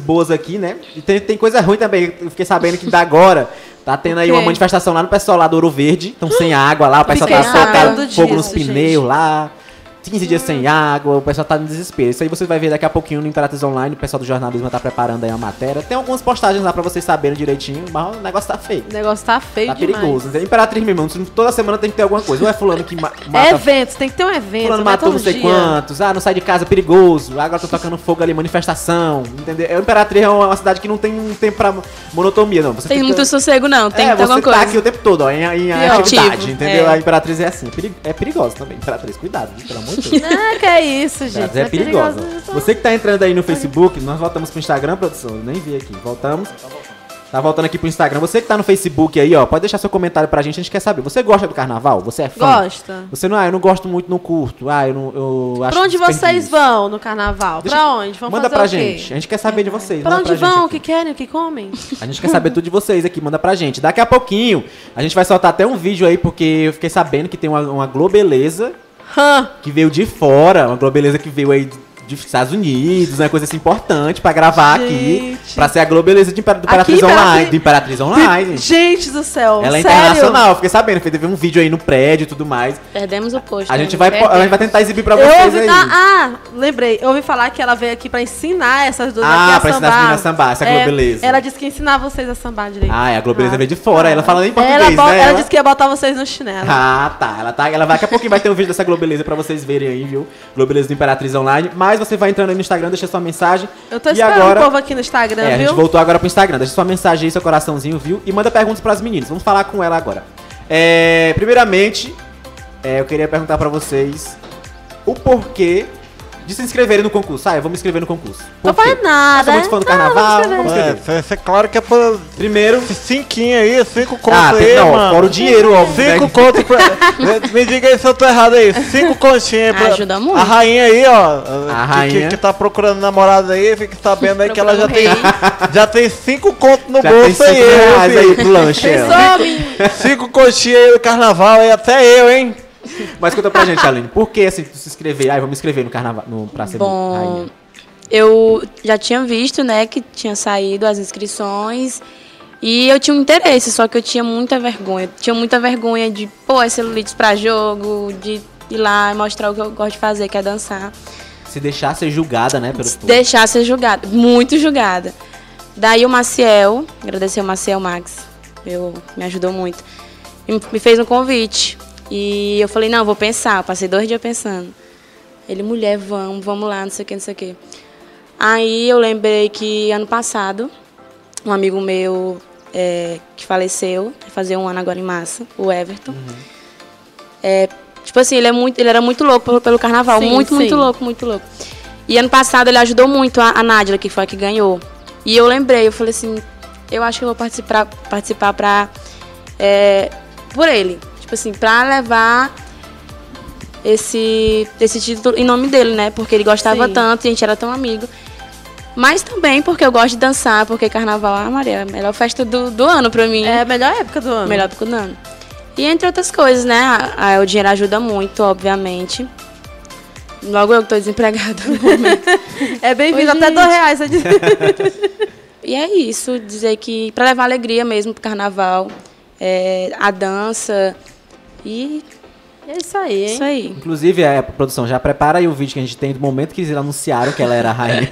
boas aqui, né? E tem, tem coisa ruim também. Eu fiquei sabendo que da agora tá tendo aí O quê? Hum? uma manifestação lá no pessoal lá do Ouro Verde. Estão sem água lá, o pessoal Fiquei tá sabendo soltando fogo nos disso, gente. Hum. pneus lá. 15 dias sem água, o pessoal tá no desespero. Isso aí você vai ver daqui a pouquinho no Imperatriz Online, o pessoal do jornalismo tá preparando aí a matéria. Tem algumas postagens lá pra vocês saberem direitinho, mas o negócio tá feio. O negócio tá feio Tá demais. perigoso. né? Imperatriz mesmo, toda semana tem que ter alguma coisa. Ou é fulano que ma É mata evento, tem que ter um evento. Fulano não é matou todo não sei dia. quantos, ah, não sai de casa, perigoso, agora tô tocando fogo ali, manifestação, entendeu? É, Imperatriz é uma uma cidade que não tem um tempo pra monotomia, não. Você Tem fica- muito sossego, não. Tem é, que ter você alguma tá coisa. aqui o tempo todo, ó, em, em Ativo, atividade, entendeu? é. A Imperatriz é assim, é peri- é perigosa também, Imperatriz, cuidado, viu? pelo amor de Deus. Ah, que é isso, gente. Imperatriz é Não perigosa. perigoso, não. Você que tá entrando aí no Facebook, nós voltamos pro Instagram, produção, eu nem vi aqui, voltamos. Tá voltando aqui pro Instagram. Você que tá no Facebook aí, ó, pode deixar seu comentário pra gente, a gente quer saber. Você gosta do carnaval? Você é fã? Gosta. Você não, ah, eu não gosto muito, não curto. Ah, eu não. Eu acho Pra onde vocês desperdício. vão no carnaval? Deixa- pra onde? Vão manda fazer pra o quê? gente. A gente quer saber de vocês. Pra manda onde gente vão? O aqui. que querem? O que comem? A gente quer saber tudo de vocês aqui, manda pra gente. Daqui a pouquinho, a gente vai soltar até um vídeo aí, porque eu fiquei sabendo que tem uma, uma globeleza Hã? que veio de fora, uma globeleza que veio aí dos Estados Unidos, uma coisa assim importante pra gravar aqui. Gente. Pra ser a globeleza de Impera- do Aqui, Imperatriz Imperatriz- Online. Do Imperatriz Online. Gente do céu. Ela é sério? internacional, eu fiquei sabendo. Teve um vídeo aí no prédio e tudo mais. Perdemos o posto. A gente né? vai, po- a Perdemos. gente vai tentar exibir pra vocês é, Eu ouvi, aí. ah, ah, lembrei. Eu ouvi falar que ela veio aqui pra ensinar essas duas Ah, aqui a É, pra ensinar as meninas a sambar, essa globeleza. Ela disse que ia ensinar vocês a sambar direito. Ah, é, a Globeleza veio de fora. Ela fala em português, ela, bo- né? ela disse que ia botar vocês no chinelo. Ah, tá. Ela tá. Ela vai, daqui a pouquinho vai ter um vídeo dessa Globeleza pra vocês verem aí, viu? Globeleza do Imperatriz Online. Mas você vai entrando aí no Instagram, deixa sua mensagem. Eu tô e esperando agora, o povo aqui no Instagram, É, a viu? gente voltou agora pro Instagram. Deixa sua mensagem aí, seu coraçãozinho, viu? E manda perguntas pras meninas. Vamos falar com ela agora. É, primeiramente, é, eu queria perguntar pra vocês o porquê de se inscreverem no concurso. Ah, eu vou me inscrever no concurso. Não Por quê? faz nada, Eu sou muito fã do carnaval. vou me É, inscrever. cê- cê- claro que é pra Primeiro. cinquinho aí, cinco conto Ah, tem, aí, não, mano. fora o dinheiro, óbvio. né? Cinco conto pra... Me diga aí se eu tô errado aí. Cinco continhas pra... Ajuda muito. A rainha aí, ó. A que- Que, rainha. que tá procurando namorada aí, fique sabendo aí que ela já tem... Procurando Já tem cinco conto no Já tem bolso 5 aí, eu, reais aí filho. pro lanche. ela. Cinco coxinhas aí no carnaval aí, até eu, hein? Mas conta pra gente, Aline, por que assim, se inscrever? Ah, eu vou me inscrever no carnaval, no, pra ser Bom, rainha. eu já tinha visto, né, que tinha saído as inscrições e eu tinha um interesse, só que eu tinha muita vergonha. Tinha muita vergonha de pôr as celulites pra jogo, de ir lá e mostrar o que eu gosto de fazer, que é dançar. Se deixar ser julgada, né, pelo povo. Deixar ser julgada, muito julgada. Daí o Maciel, agradecer o Maciel Max, meu, me ajudou muito, me me fez um convite. E eu falei, não, vou pensar. Eu Passei dois dias pensando. Ele, mulher, vamos, vamos lá, não sei o que, não sei o que. Aí eu lembrei que ano passado, um amigo meu é, que faleceu, vai fazer um ano agora em massa, o Everton. É, tipo assim, ele, é muito, ele era muito louco pelo, pelo carnaval, Sim, muito, sim. muito louco, muito louco. E ano passado ele ajudou muito a, a Nádila, que foi a que ganhou. E eu lembrei, eu falei assim, eu acho que eu vou participar, participar pra, é, por ele. Tipo assim, pra levar esse, esse título em nome dele, né? Porque ele gostava Sim. tanto e a gente era tão amigo. Mas também porque eu gosto de dançar, porque carnaval, ah, Maria, é a melhor festa do, do ano pra mim. É a melhor época do ano. Melhor do que o Nano. E entre outras coisas, né? a- a- o dinheiro ajuda muito, obviamente. Logo eu que tô desempregada no momento. É bem-vindo Oi, até gente. dois reais. você diz. E é isso, dizer que para levar alegria mesmo pro carnaval, é, a dança e É isso aí, hein? isso aí. Inclusive, a produção já prepara aí o vídeo que a gente tem do momento que eles anunciaram que ela era a rainha.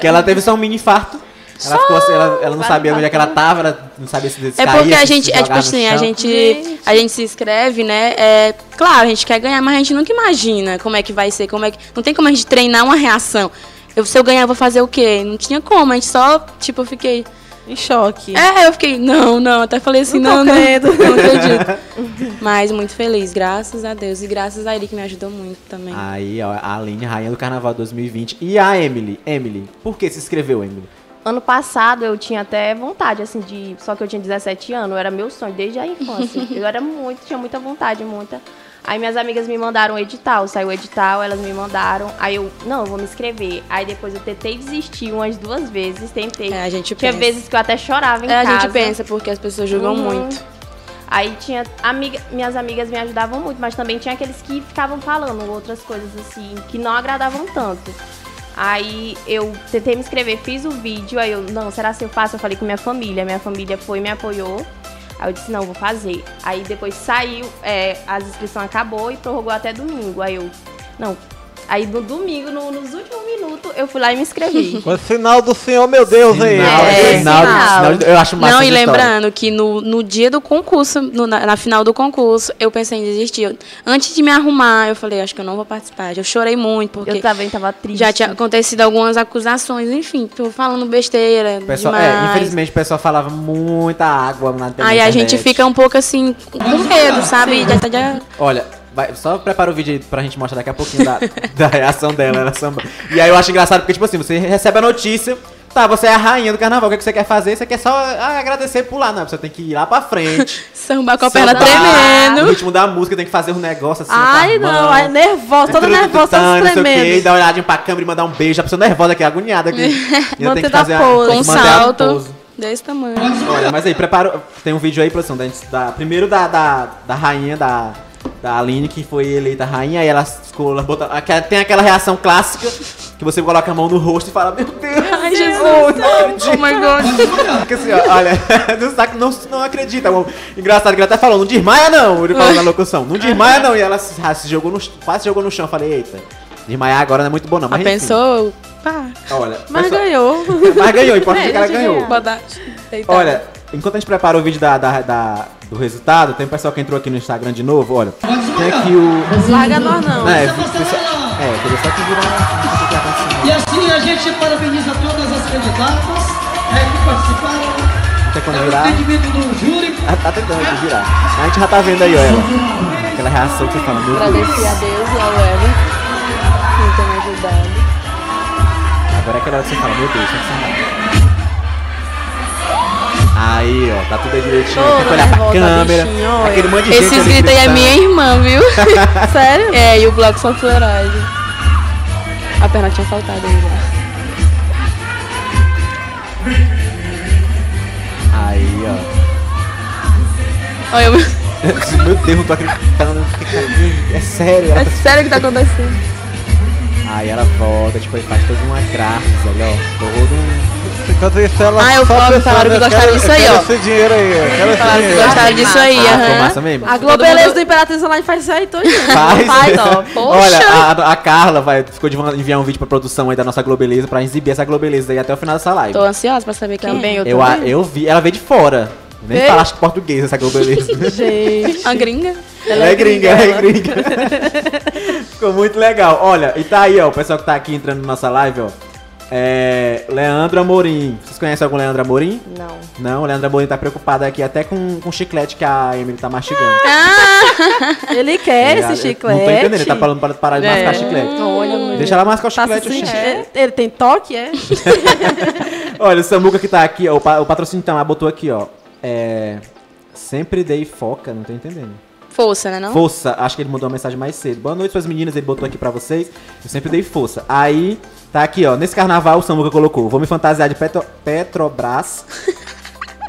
que ela teve só um mini infarto. Ela, ficou assim, ela, ela não sabia onde é que ela tava, ela não sabia se É caía, porque a se gente, é jogava tipo no assim, a chão. gente, a gente se inscreve, né? É, claro, a gente quer ganhar, mas a gente nunca imagina como é que vai ser, como é que. Não tem como a gente treinar uma reação. Eu, se eu ganhar, eu vou fazer o quê? Não tinha como, a gente só, tipo, eu fiquei. Em choque. É, eu fiquei, não, não, até falei assim, Não tô não, não, crendo. não acredito. Mas muito feliz, graças a Deus. E graças a ele que me ajudou muito também. Aí, ó, a Aline, rainha do carnaval 2020. E a Emily? Emily, por que se inscreveu, Emily? Ano passado eu tinha até vontade, assim, de. Só que eu tinha 17 anos, era meu sonho desde a infância. eu era muito, tinha muita vontade, muita. Aí minhas amigas me mandaram o edital, saiu o edital, elas me mandaram. Aí eu, não, eu vou me inscrever. Aí depois eu tentei desistir umas duas vezes, tentei. É, a gente tinha pensa. vezes que eu até chorava em É, a casa. gente pensa, porque as pessoas julgam Uhum. muito. Aí tinha amiga, minhas amigas me ajudavam muito, mas também tinha aqueles que ficavam falando outras coisas assim que não agradavam tanto. Aí eu tentei me inscrever, fiz o vídeo, aí eu, não, será que eu faço? Eu falei com minha família, minha família foi me apoiou. Aí eu disse, não, vou fazer. Aí depois saiu, é, a inscrição acabou e prorrogou até domingo. Aí eu, não. Aí no domingo, no- nos últimos minutos, eu fui lá e me inscrevi. Com o sinal do Senhor, meu Deus, aí. Sinal, É, sinal, sinal. sinal de- eu acho massa Não, essa e história. lembrando que no, no dia do concurso, no- na, na final do concurso, eu pensei em desistir. Eu- antes de me arrumar, eu falei, acho que eu não vou participar. Eu chorei muito, eu porque também tava triste. já tinha acontecido algumas acusações, enfim, tô falando besteira. O pessoal- é, demais. infelizmente o pessoal falava muita água na internet. Aí a gente fica um pouco assim, com medo, sabe? Já, já, Olha, vai- só prepara o vídeo aí pra gente mostrar daqui a pouquinho da, da reação dela. Ela samba. E aí eu acho engraçado porque, tipo assim, você recebe a notícia, tá, você é a rainha do carnaval, o que, é que você quer fazer? Você quer só ah, agradecer e pular. Não, você tem que ir lá pra frente. samba com a perna sambar, tremendo. No ritmo da música, tem que fazer um negócio assim. Ai, com a não, mão. ai, nervosa, toda Tan, tan, nervosa, tan, não toda sei o quê, E tremendo. dá uma olhadinha pra câmera e mandar um beijo. A pessoa nervosa aqui, agoniada aqui. E ainda tem Manter que da fazer a- pose. tem Com um que manter a salto pose. desse tamanho. Olha, mas aí, prepara. Tem um vídeo aí, produção, da, gente- da- primeiro da, da, da rainha, da, da Aline, que foi eleita rainha, aí ela ficou. ela bota- aquela- tem aquela reação clássica que você coloca a mão no rosto e fala, meu Deus! Ai, Jesus. não Oh my God. Fica assim, ó, olha, não, saca- não, não acredita. O engraçado que ele até falou, não desmaia não, ele falou na locução, não desmaia não. E ela se, ah, se jogou no, ch- quase se jogou no chão, eu falei, eita, desmaiar agora não é muito bom não. Mas Ela enfim, pensou, pá, Olha, Ah, Mas pessoal, ganhou. mas ganhou, importante É, é, que ela deixa ganhou. ganhar. botar, deitar. Olha, enquanto a gente prepara o vídeo da, da- da- do resultado, tem um pessoal que entrou aqui no Instagram de novo, olha. Tem aqui o. Larga nós não. É, pessoal- é, queria só que virar. E assim a gente parabeniza todas as candidatas né, que participaram. Até quando É o virar. entendimento do júri. Ah, Tá tentando aqui virar. A gente já tá vendo aí, ó, ela. Aquela reação que você fala, meu Deus. Agradecer a Deus e ao Evan por ter me ajudado. Agora é aquela hora que você fala, meu Deus, o que você faz? Aí, ó, tá tudo aí direitinho. Tem Toda que olhar pra nervosa, câmera. bichinho, olha. Aquele monte de gente. tá. Esses ali gritos aí é gritando. minha irmã, viu? Sério? é, e o bloco são florais. A perna tinha faltado ainda. Aí, ó. Olha, eu... Meu Deus, não tô acreditando. É sério, ela é sério que tá acontecendo. Aí ela volta, tipo, ele faz toda uma graça, olha, ó. Todo um. Enquanto isso, ela Ah, eu só falo, falaram que eu gostaram quero- disso eu aí, quero ó. Esse dinheiro aí, eu quero esse Falaram que dinheiro. gostaram disso aí, Ah, ficou aham. massa mesmo? A Globeleza do Imperatriz Online faz isso aí todo Faz, Faz, ó. Olha, a, a Carla vai, ficou de enviar um vídeo pra produção aí da nossa Globeleza pra exibir essa Globeleza aí até o final dessa live. Tô ansiosa pra saber quem Também é. eu, Eu, a- eu vi, ela veio de fora. Nem Veio? falaste português essa Globeleza. Gente. A é. gringa? Ela é gringa, ela é gringa. Ficou muito legal. Olha, e tá aí, ó, o pessoal que tá aqui entrando na nossa live, ó. É. Leandro Amorim. Vocês conhecem algum Leandro Amorim? Não. Não, o Leandro Amorim tá preocupado aqui até com, com o chiclete que a Emily tá mastigando. Ele quer Tá ligado? esse chiclete. Não tô entendendo, ele tá falando para parar de mascar É. chiclete. Olha, mulher. Deixa ela mascar o Tá se chiclete. o sentindo- chiclete. é? Ele tem toque, é? Olha, o Samuca que tá aqui, ó, o, pa- o patrocínio Tamar botou aqui, ó. É. Sempre dei foca, não tô entendendo. Força, né não? Força, acho que ele mandou uma mensagem mais cedo. Boa noite, suas meninas, ele botou aqui pra vocês. Eu sempre dei força. Aí, tá aqui, ó. Nesse carnaval, o Samuca colocou: Vou me fantasiar de Petro- Petrobras.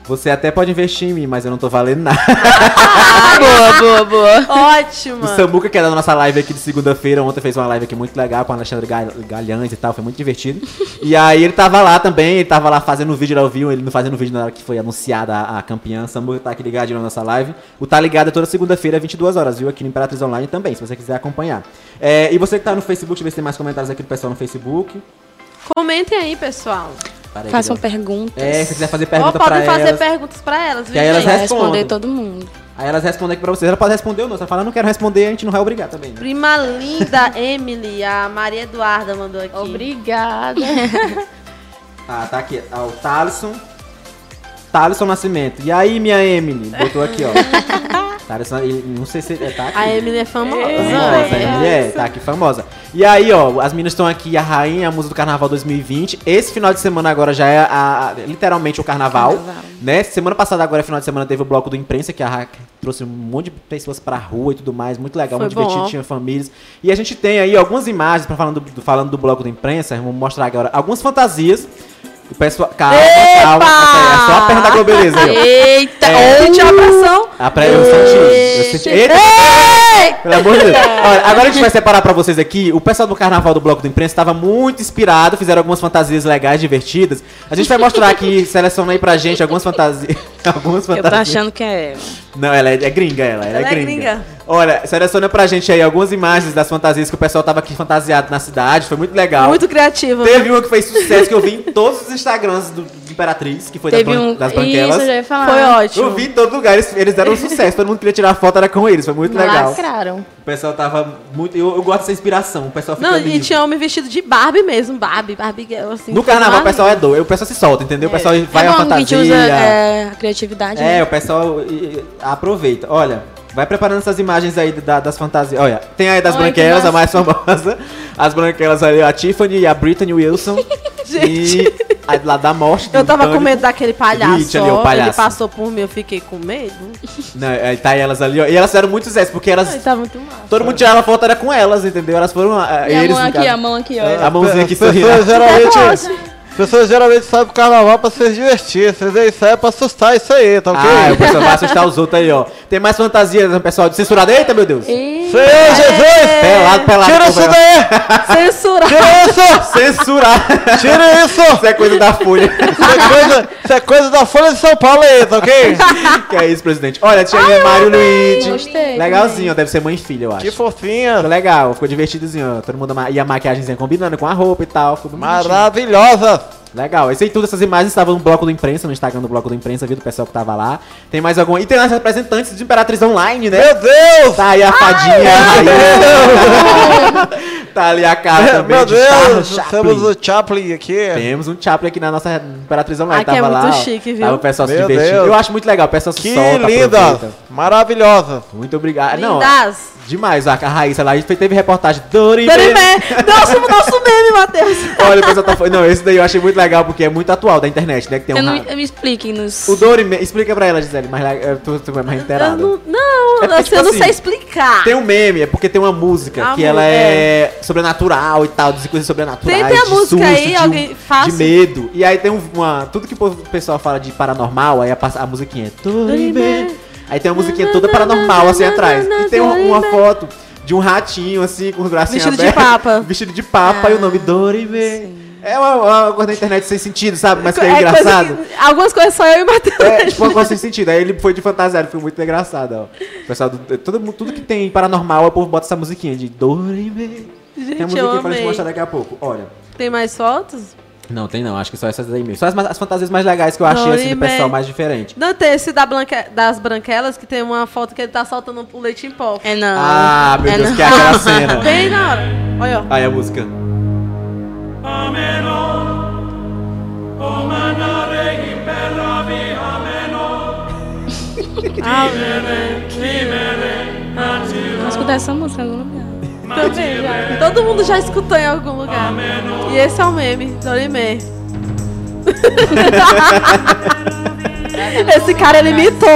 Você até pode investir em mim, mas eu não tô valendo nada. Ah, boa, boa, boa. O Ótimo. Samuca, que era da nossa live aqui de segunda-feira, ontem fez uma live aqui muito legal com o Alexandre Gal- Galhães e tal, foi muito divertido. e aí ele tava lá também, ele tava lá fazendo o vídeo, ele viu, ele não fazendo o vídeo na hora que foi anunciada a, a campeã. O Samuca tá aqui ligadinho na nossa live. O Tá Ligado é toda segunda-feira, 22 horas, viu? Aqui no Imperatriz Online também, se você quiser acompanhar. É, e você que tá no Facebook, deixa eu ver se tem mais comentários aqui do pessoal no Facebook. Comentem aí, pessoal. Pera aí, Façam que perguntas. deu- né, É, se quiser fazer Ó, pergunta pra podem fazer elas. perguntas pra elas, viu, aí elas gente? Vai respondem. responder todo mundo. Aí elas respondem aqui pra vocês. Ela pode responder ou não. Se ela falar, não quero responder, a gente não vai obrigar também. né? Prima linda Emily, a Maria Eduarda mandou aqui. Obrigada. Ah, tá aqui. Ah, o Thaleson. Thaleson Nascimento. E aí, minha Emily? Botou aqui, ó. Thaleson, ele- não sei se ele tá aqui. A Emily é famosa. Famosa, a Emily é, tá aqui famosa. E aí, ó, as meninas estão aqui, a rainha, a musa do carnaval 2020. Esse final de semana agora já é a- a- literalmente o carnaval, Carnaval. né? Semana passada, agora, final de semana, teve o bloco do imprensa, que a Ra- trouxe um monte de pessoas pra rua e tudo mais. Muito legal, Foi muito divertido, bom. tinha famílias. E a gente tem aí algumas imagens pra falando do, do- falando do bloco do imprensa. Vamos mostrar agora algumas fantasias O pessoal. Calma, calma. É só a perna da Globeleza aí, Eita! É. Sentiu a pressão? ó. A pré eu senti. Eu senti. Eita! Pelo amor de Deus. Olha, agora a gente vai separar pra vocês aqui. O pessoal do Carnaval do Bloco do Imprensa estava muito inspirado, fizeram algumas fantasias legais, divertidas. A gente vai mostrar aqui, seleciona aí pra gente algumas fantasias. algumas Eu tô fantasias. achando que é. Não, ela é, é gringa, ela. Ela, Ela é, é gringa. gringa. Olha, seleciona pra gente aí algumas imagens das fantasias que o pessoal tava aqui fantasiado na cidade. Foi muito legal. Muito criativa. Teve uma que fez sucesso que eu vi em todos os Instagrams do, de Imperatriz, que foi da Teve bran- um. das Isso, eu branquelas. já ia falar. Foi ótimo. Eu vi em todo lugar, eles, eles deram um sucesso. Todo mundo queria tirar foto, era com eles, foi muito legal. Lacraram. O pessoal tava muito. Eu, eu gosto dessa inspiração, o pessoal fica Não, livre. e tinha homem vestido de Barbie mesmo, Barbie, Barbie girl, assim. No carnaval o Barbie. pessoal é doido, o pessoal se solta, entendeu? O pessoal vai é à bom que a gente fantasia. usa é, a criatividade. É, né? o pessoal e, e, aproveita. Olha, vai preparando essas imagens aí da- das fantasias. Olha, tem aí das Ai, branquelas, que a mais famosa. As branquelas ali, a Tiffany e a Brittany Wilson. E a lá da morte. Eu do tava com pânico. medo daquele palhaço, Ixi, ali, o ó, Ele palhaço. passou por mim, eu fiquei com medo. Não, aí tá elas ali, ó. E elas fizeram muito sucesso, porque elas. Ele tá muito mal. Todo mundo tirava foto, era com elas, entendeu? Elas foram. ah, E a eles, mão no aqui, caso. É, a mão aqui, ó. A mãozinha aqui As pessoas sorrindo. geralmente- As pessoas geralmente saem pro carnaval é pra se divertir. Vocês aí saem pra assustar isso aí, tá ok? Ah, o pessoal vai assustar os outros aí, ó. Tem mais fantasias, né, pessoal, de censurada. Eita, meu Deus! Ih, Senhor Jesus! Pelado, pelado. Tira isso conversa. daí! Censura. Tira isso! Censurar! Tira isso! Isso é coisa da folha. Isso é coisa, isso é coisa da Folha de São Paulo aí, tá ok? que é isso, presidente. Olha, tinha aí Mário Luigi. Ah, Gostei Legalzinho, ó, deve ser mãe e filha, eu acho. Que fofinha! Ficou legal, ficou divertidozinho. ó. Todo mundo ama- e a maquiagemzinha combinando com a roupa e tal. Ficou bonitinho. Maravilhosa! Legal. Esse aí tudo, essas imagens estavam no bloco do imprensa, no Instagram do bloco do imprensa, viu? Do pessoal que tava lá. Tem mais alguma. E tem as representantes de Imperatriz Online, né? Meu Deus! Tá aí a fadinha, a rainha. tá ali a cara também Meu de Charles Deus! Chaplin. Temos o Chaplin aqui. Temos um Chaplin aqui na nossa Imperatriz Online. Aqui é tava lá, muito ó. chique, viu? Tava o pessoal se Meu divertindo. Deus. Eu acho muito legal, o pessoal se Que solta, linda! aproveita. Maravilhosa! Muito obrigado. Ah, Não, Lindas. demais. A a Raíssa lá, a gente fez- teve reportagem. Dorimé. Dorimé. Nossa, o nosso meme, Matheus. Olha, o pessoal tá falando. Não, esse daí eu achei muito legal, porque é muito atual da internet, né? Que tem um Eu não, ra- me expliquem nos. O Dorimé, explica pra ela, Gisele, mas eh, lá- eu tô, tô é mais Eu inteirada. não, não, É porque, assim, tipo eu não assim, sei explicar. Tem um meme, é porque tem uma música Ah, que mu- ela é, sobrenatural e tal, diz coisas sobrenaturais. Tem- tem a de música susto, aí, de, alguém- fácil. de medo. E aí tem um- uma. Tudo que o povo- o pessoal fala de paranormal, aí a, passa- a musiquinha é. Dorime. Aí tem uma musiquinha toda paranormal assim atrás. E tem uma, uma foto de um ratinho assim, com os bracinhos Vestido de abertos. papa. Ah, Vestido de papa e o nome Dorime. É uma, uma coisa da internet sem sentido, sabe? Mas que é, coisa engraçado. que- algumas coisas só eu e Matheus. É, tipo, uma coisa sem sentido. Aí ele foi de fantasiado, foi muito engraçado, ó. O Pessoal, do- é, todo, mundo- tudo que tem paranormal, o povo bota essa musiquinha de Dorime. Gente, Tem a musiquinha eu pra gente amei. mostrar daqui a pouco. Olha. Tem mais fotos? Não, tem não. Acho que só essas aí mesmo. Só as, ma- as fantasias mais legais que eu achei, assim, do Dorime. pessoal mais diferente. Não, tem esse da Blanque- das branquelas, que tem uma foto que ele tá soltando o leite em pó. É não. Ah, meu é Deus, não. que é aquela cena. Bem na hora. Olha, ó. Aí a música. Vou escutar essa música em algum lugar. Também já. Todo mundo já escutou em algum lugar. E esse é o meme, Dorime. esse cara, ele imitou.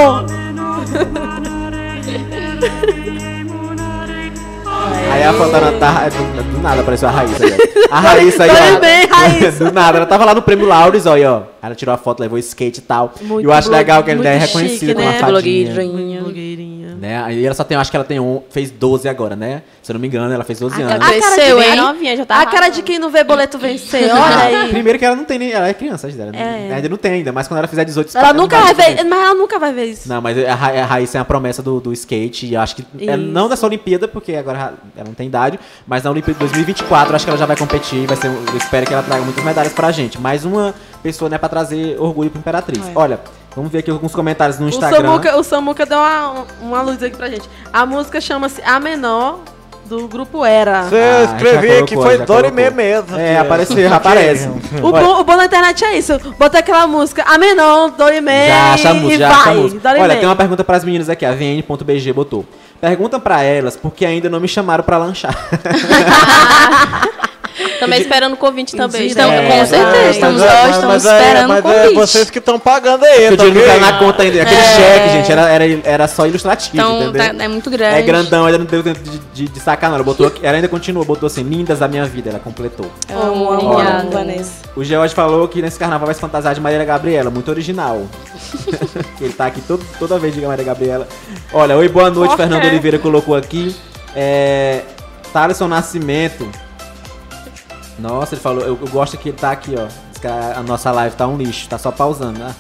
Aí a foto ela tá. Do, do nada apareceu a Raíssa aí, ó. A Raíssa aí, ó. Dorime, Raíssa. Do nada. Ela tava lá no prêmio Laures, ó, aí, ó. Ela tirou a foto, levou o skate e tal. Muito eu acho blog- legal que ela ainda é muito chique, reconhecida como né? uma fadinha. Blogueirinha. né? Aí ela só tem, eu acho que ela tem um, fez 12 agora, né? Se eu não me engano, ela fez 12 anos. cara de Cresceu, bem hein? novinha, já tá A cara de quem não vê boleto vencer, Ah, olha aí. Primeiro que ela não tem nem, ela é criança, ela não- ainda não tem ainda, mas quando ela fizer 18, Ela tá- nunca não vai vai ver, ter. mas ela nunca vai ver isso. Não, mas a, Ra- a Raíssa é a promessa do, do skate, e eu acho que é, não dessa Olimpíada, porque agora ela não tem idade, mas na Olimpíada de 2024 eu acho que ela já vai competir, vai ser, um- eu espero que ela traga muitas medalhas pra gente. Mais uma pessoa, né, pra trazer orgulho pra Imperatriz. Olha, vamos ver aqui alguns comentários no O Instagram. Samuca, o Samuca deu uma, uma luz aqui pra gente. A música chama-se A Menor, do grupo Era. Você Ah, já escrevi que colocou, foi já Dorimê colocou. mesmo. É, aqui, ó. apareceu, aparece. O Olha. bom, o bom da internet é isso. Bota aquela música, a menor, Dorime, É, Já achamos, e já vai. achamos. Dorime. Olha, tem uma pergunta pras meninas aqui, a VN.bg botou. Perguntam pra elas porque ainda não me chamaram pra lanchar. Também esperando o convite também. Então, né? com certeza, mas estamos é, nós, mas estamos é, esperando o mas é convite. vocês que estão pagando aí, Porque tá o dinheiro não tá na ok? conta ainda. Aquele cheque, gente, era, era, era só ilustrativo, É. Então, entendeu? tá- é muito grande. É grandão, ainda não deu tempo de, de, de sacar, não. Ela, botou aqui- ela ainda continua, botou assim, lindas da minha vida, ela completou. Eu amo, amo, né? Obrigada. amo, Vanessa. O George falou que nesse carnaval vai se fantasiar de Maria Gabriela, muito original. Ele tá aqui todo- toda vez de Maria Gabriela. Olha, oi, boa noite, Por quê? Fernando Oliveira colocou aqui. É. Thaleson Nascimento. Nossa, ele falou, eu, eu gosto que ele tá aqui, ó. Diz que a, a nossa live tá um lixo, tá só pausando, né?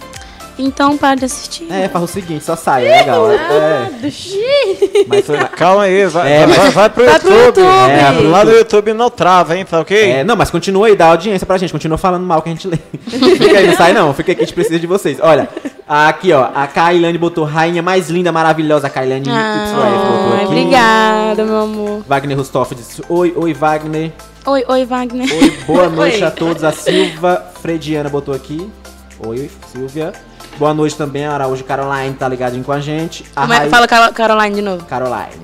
Então, para de assistir. É, faz o seguinte, só sai, é legal. É, mas foi. Calma aí, vai, É, mas- vai, vai pro Vai pro YouTube. YouTube. É, pro lá no YouTube. YouTube não trava, hein, tá ok? É, não, mas continua aí, dá audiência pra gente, continua falando mal que a gente lê. fica aí, não sai não, fica aqui, a gente precisa de vocês. Olha, aqui ó, a Kailane botou rainha mais linda, maravilhosa, a Kailane YF botou Ai, aqui. Ah, obrigada, meu amor. Wagner Rustoff disse, oi, oi Wagner, Oi, oi, Wagner. oi, boa noite a todos. A Silva Frediana botou aqui, oi Silvia. Boa noite também, a Araújo Caroline tá ligadinho com a gente. A Como é- Raí- Fala Caro- Caroline de novo. Caroline.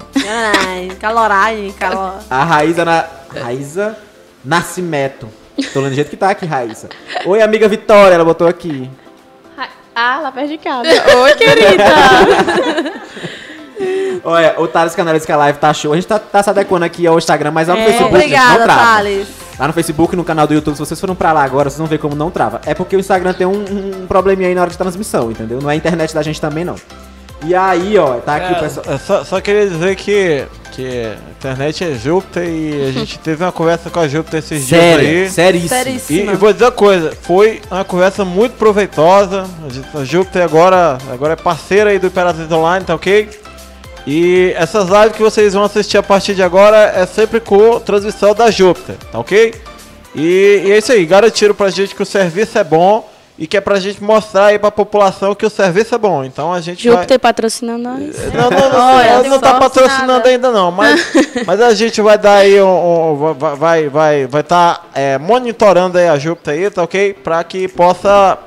Ai, calorai, calor. A Raíza, na... Raíza Nascimento. Tô lendo do jeito que tá aqui, Raíza. Oi, amiga Vitória, ela botou aqui. Ah, lá perto de casa. Oi, querida. Olha, o Thales Canal disse que a live tá show. A gente tá, tá se adequando aqui ao Instagram, mas lá no Facebook, gente, É, Obrigada, não trava. Thales. Lá no Facebook, no canal do YouTube, se vocês foram pra lá agora, vocês vão ver como não trava. É porque o Instagram tem um, um probleminha aí na hora de transmissão, entendeu? Não é a internet da gente também, não. E aí, ó, tá aqui o É, pessoal. eu só, só queria dizer que, que a internet é Júpiter e a gente teve uma conversa com a Júpiter esses Sério, dias aí. sério isso. E, Seríssima. e vou dizer uma coisa, foi uma conversa muito proveitosa. A Jú- A Júpiter agora, agora é parceira aí do Imperatriz Online, tá ok? E essas lives que vocês vão assistir a partir de agora é sempre com transmissão da Júpiter, tá ok? E, e é isso aí, garantiram pra gente que o serviço é bom e que é pra gente mostrar aí pra população que o serviço é bom. Então a gente vai... Júpiter patrocina nós. Não, não, não, Olha, ela tem não tá só patrocinando nada. ainda não, mas, mas a gente vai dar aí um, um- vai vai vai vai tá é, monitorando aí a Júpiter aí, tá ok? Pra que possa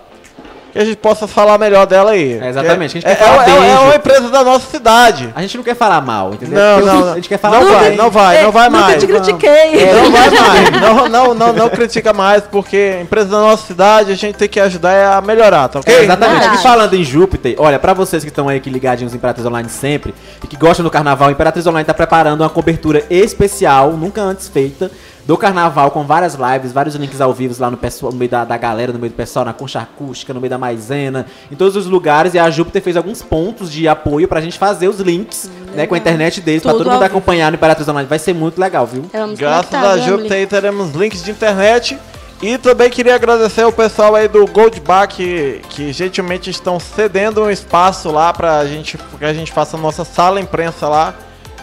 que a gente possa falar melhor dela aí. É, exatamente, que a gente É, quer falar é- bem, é- é uma Júpiter. empresa da nossa cidade. A gente não quer falar mal, entendeu? Não, Porque não, A gente quer falar não mal. vai, não É, vai, não vai Nunca mais. te critiquei. Não vai mais, não, não, não, não critica mais, porque empresa da nossa cidade a gente tem que ajudar a melhorar, tá ok? É, exatamente. Verdade. E falando em Júpiter, olha, pra vocês que estão aí que ligadinhos em Imperatriz Online sempre e que gostam do carnaval, a Imperatriz Online tá preparando uma cobertura especial, nunca antes feita, do carnaval, com várias lives, vários links ao vivo lá no, pessoal, no meio da, da galera, no meio do pessoal, na concha acústica, no meio da maisena, em todos os lugares. E a Júpiter fez alguns pontos de apoio pra gente fazer os links, né, com a internet deles, pra Tudo todo ao mundo vivo. acompanhar no Imperatriz Online. Vai ser muito legal, viu? Estamos Graças a conectados, né, Júpiter é Emily. aí teremos links de internet. E também queria agradecer ao pessoal aí do Goldback que, que gentilmente estão cedendo um espaço lá pra gente, pra que a gente faça a nossa sala imprensa lá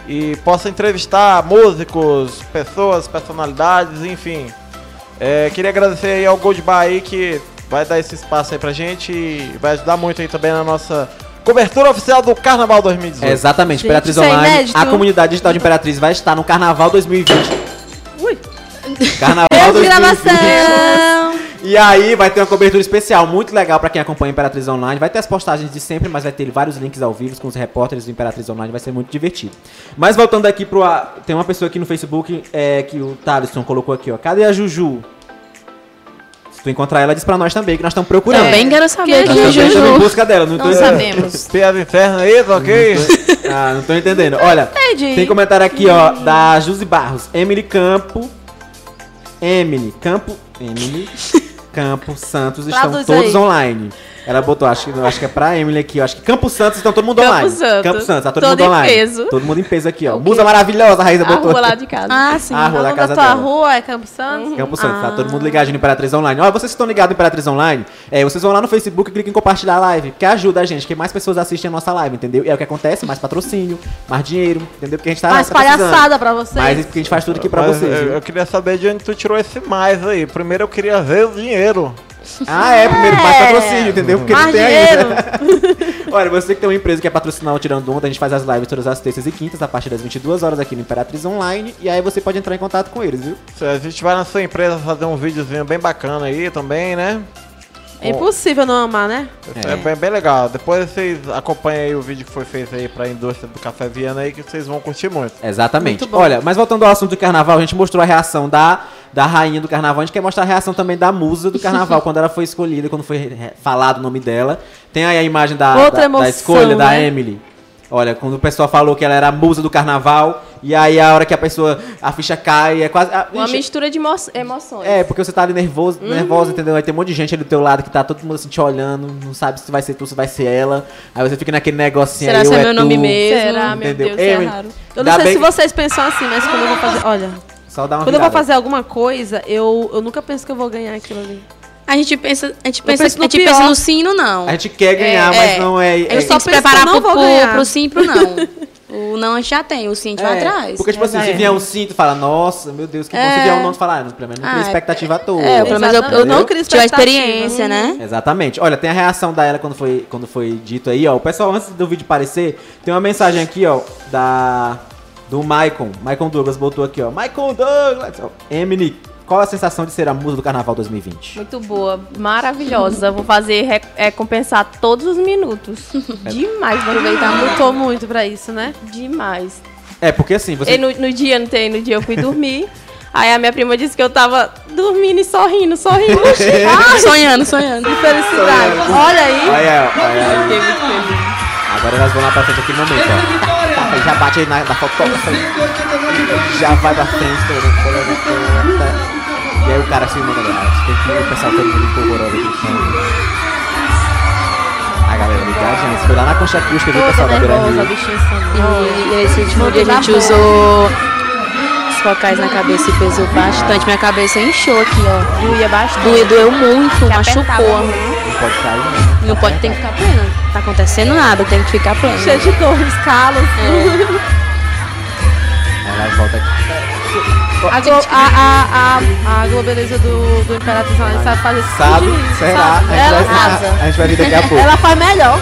e possa entrevistar músicos, pessoas, personalidades, enfim. É, queria agradecer aí ao Goldbar aí que vai dar esse espaço aí pra gente e vai ajudar muito aí também na nossa cobertura oficial do Carnaval 2018. Exatamente, Gente, Imperatriz isso é Online. inédito. a comunidade digital de Imperatriz vai estar no Carnaval 2020. Ui. Carnaval Eu 2020. gravação. E aí vai ter uma cobertura especial muito legal pra quem acompanha Imperatriz Online. Vai ter as postagens de sempre, mas vai ter vários links ao vivo com os repórteres do Imperatriz Online. Vai ser muito divertido. Mas voltando aqui pro... a- Tem uma pessoa aqui no Facebook é, que o Thaleson colocou aqui, ó. Cadê a Juju? Se tu encontrar ela, diz pra nós também, que nós estamos procurando. Também quero Nós saber quem é também Juju. estamos em busca dela. Não, Não tô... sabemos. Piada interna aí, tá ok? Ah, não tô entendendo. Olha, Entendi. tem comentário aqui, ó, da Juse Barros. Emily Campo. Emily Campo. Emily Campo Santos estão Traduz todos aí. online. Ela botou, acho que, acho que é pra Emily aqui, ó. Acho que Campo Santos estão todo mundo Campo online. Santo. Campo Santos, tá todo Todo mundo em online. peso. Todo mundo em peso aqui, ó. Musa maravilhosa, a Raíza A botou. rua lá de casa. Ah, sim. Ah, O da nome casa da tua dela. rua é Campos Santos? Campo Santos, tá Ah. todo mundo ligado no Imperatriz Online. Ó, vocês que estão ligados no Imperatriz Online, é, vocês vão lá no Facebook e clicam em compartilhar a live, que ajuda a gente, que mais pessoas assistem a nossa live, entendeu? E é o que acontece, mais patrocínio, mais dinheiro, entendeu? Porque a gente tá Mais tá precisando. palhaçada pra vocês. Mas isso porque a gente faz tudo aqui pra Mas é, vocês, Eu, viu? eu queria saber de onde tu tirou esse mais aí. Primeiro eu queria ver o dinheiro. Ah, é, primeiro mais patrocínio, entendeu? Porque não Mais tem dinheiro. ainda. Olha, você que tem uma empresa que é patrocinar o Tirando Onda, a gente faz as lives todas as terças e quintas, a partir das 22 horas aqui no Imperatriz Online, e aí você pode entrar em contato com eles, viu? Se A gente vai na sua empresa fazer um videozinho bem bacana aí também, né? É impossível não amar, né? É, bem, bem legal. Depois vocês acompanhem aí o vídeo que foi feito aí pra indústria do café Viana aí que vocês vão curtir muito. Exatamente. Muito bom. Olha, mas voltando ao assunto do carnaval, a gente mostrou a reação da da rainha do carnaval. A gente quer mostrar a reação também da musa do carnaval, quando ela foi escolhida, quando foi re- falado o nome dela. Tem aí a imagem da, Outra da, da emoção, escolha da né? Emily. Olha, quando o pessoal falou que ela era a musa do carnaval, e aí a hora que a pessoa, a ficha cai, é quase... a- Uma Ixi, mistura de emo- emoções. é, porque você tá ali nervoso, nervosa, entendeu? Aí tem um monte de gente ali do teu lado que tá todo mundo assim te olhando, não sabe se vai ser tu, se vai ser ela. Aí você fica naquele negocinho Será aí, se ou é meu nome tu. mesmo? Será, meu Entendeu? Deus, é Emily, raro. Eu não dá sei bem se que- vocês pensam assim, mas quando eu vou fazer. Olha, Só dá uma quando eu vou virada. fazer alguma coisa, eu, eu nunca penso que eu vou ganhar aquilo ali. A gente pensa, a gente pensa, penso no a gente pensa pior. no sim e no não. A gente quer ganhar, É, mas é. não é. A é- gente tem que se penso que eu preparar não pro, vou ganhar. pro, pro sim e pro não. o não a gente já tem, o sim a gente vai é. atrás. Porque, tipo assim, se Exato. vier um sim, tu fala, nossa, meu Deus, que bom. Se É. vier um não, tu fala, ah, não, pelo menos não cria Ah, expectativa à toa. É, pelo menos eu, eu Exatamente. não Eu crio tive a expectativa. experiência, né? Exatamente. Olha, tem a reação da ela quando foi, quando foi dito aí, ó. O pessoal, antes do vídeo aparecer, tem uma mensagem aqui, ó, da. Do Maicon. Maicon Douglas botou aqui, ó. Maicon Douglas! ó. Emily, qual a sensação de ser a musa do carnaval 2020? Muito boa, maravilhosa. Vou fazer re- é, compensar todos os minutos. Demais, vou aproveitar Hum. muito. Lutou muito pra isso, né? Demais. É, porque assim, E você. no, no dia, não tem, no dia eu fui dormir. Aí a minha prima disse que eu tava dormindo e sorrindo, sorrindo. Ah, sonhando, sonhando. Felicidade. Olha Olha, aí, aí. ó, olha aí. Fiquei muito feliz. Agora nós vamos lá pra frente aqui no momento, Essa ó. vitória, Aí já bate aí na, na fotógrafa aí. 189 pontos. Já vai pra frente, todo mundo colando conta. E aí o cara se manda galera. Tem que ver o pessoal todo mundo empolvoroso aqui. então. A galera ligadinha. Isso foi lá na concha acústica, viu, pessoal da Beira Nervosa, Rio. bichinha E, e esse último dia a na gente boca. usou os focais na cabeça e pesou bastante. Minha cabeça inchou aqui, ó. Doía bastante. Doeu, doeu muito, apertava Não machucou. pode cair, né? Não pode, tem que ficar plena. Tá acontecendo nada, tem que ficar plena. Cheia de dor, os calos. Aí lá volta aqui. A, Glo a, a, a, a Globeleza do, do Imperatriz ela sabe fazer isso. Sabe? tudo isso, Será? sabe? a, Ela gente vai, arrasa. a gente vai ver daqui a pouco. Ela faz melhor.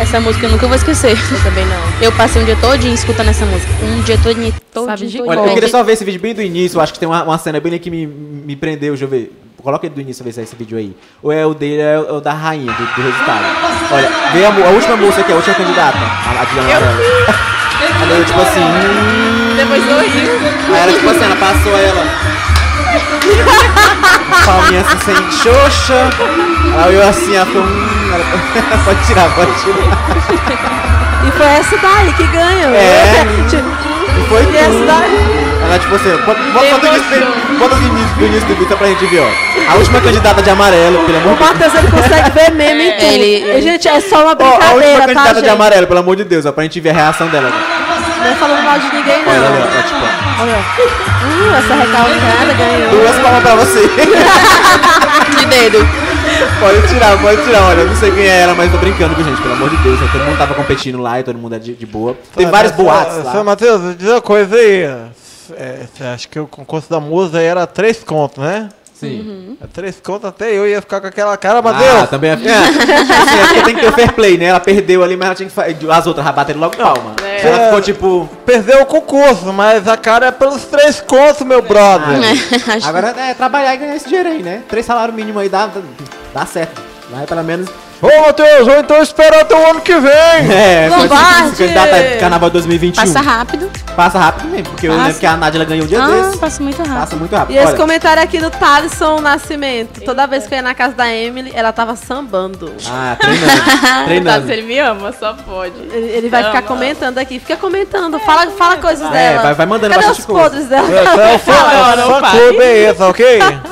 Essa música eu nunca vou esquecer. Eu também não. Eu passei um dia todinho escutando essa música. Um dia todinho, todinho. de todinho. Olha, eu Bom, queria que- só ver esse vídeo bem do início. Eu acho que tem uma, uma cena bem ali que me, me prendeu. Deixa eu ver. Coloca ele do início, ver se é esse vídeo aí. Ou é o dele, é o é o da rainha, do, do resultado. Olha, vê a, mu- a última moça aqui, a última candidata. A, a Diana Varela. Ela deu tipo assim. hum. Depois sorriu. Aí ela, tipo assim, ela passou ela. Palminha assim, sem xoxa. Ela olhou assim, ela falou. Hum, ela- pode tirar, pode tirar. E foi essa daí que ganhou. É. Tipo, E foi E essa tudo. daí? Ela, tipo assim, bota, bota, do início, bota do início, do início do vídeo só pra gente ver, ó. A última candidata de amarelo, pelo amor O de Deus. Matheus ele consegue ver meme em tudo. Ele- E, Gente, é só uma Ó, a última brincadeira, tá, candidata de gente? amarelo, pelo amor de Deus, ó, pra gente ver a reação dela. Não é falando mal de ninguém, não. Olha, olha, ó, tipo, ó, Olha. Hum, essa recalcada ganhou. duas palmas pra você. de dedo. pode tirar, pode tirar, olha, eu não sei quem é ela, mas tô brincando com gente, pelo amor de Deus. ó, Todo mundo tava competindo lá e todo mundo é de, de boa. Tem vários Então, é, Seu- boatos Seu lá. Matheus, diz uma coisa aí. É, você acha que o concurso da musa aí era três contos, né? Sim. É Três contos até eu ia ficar com aquela cara, Matheus. Hum? Ah, também é. é, assim, é porque tem que ter o fair play, né? Ela perdeu ali, mas ela tinha que. fa- As outras bateram logo calma. É. Ela ficou tipo. Perdeu o concurso, mas a cara é pelos três contos, meu brother. Acho- Agora é trabalhar e ganhar esse dinheiro aí, né? Três salários mínimos aí dá, dá, dá certo. Vai pelo menos. Ô, Matheus, ou então esperar até o ano que vem. É, pode ser Lombardi! que esse candidato é carnaval 2021. Passa rápido. Passa rápido mesmo, porque eu Passa. lembro que a Nádia ganhou um dia Ah, desses. passa muito rápido. Passa muito rápido. E esse Olha, comentário aqui do Thaleson Nascimento. Toda vez que eu ia na casa da Emily, ela tava sambando. Ah, treinando. Tá, se treinando. ele me ama, só pode. Ele, ele vai ficar Samba. comentando aqui. Fica comentando. Fala, fala coisas É, dela. vai- vai mandando Cadê bastante os coisa. podres dela? Esse é o fã, Não, não fã faz. clube é esse, ok?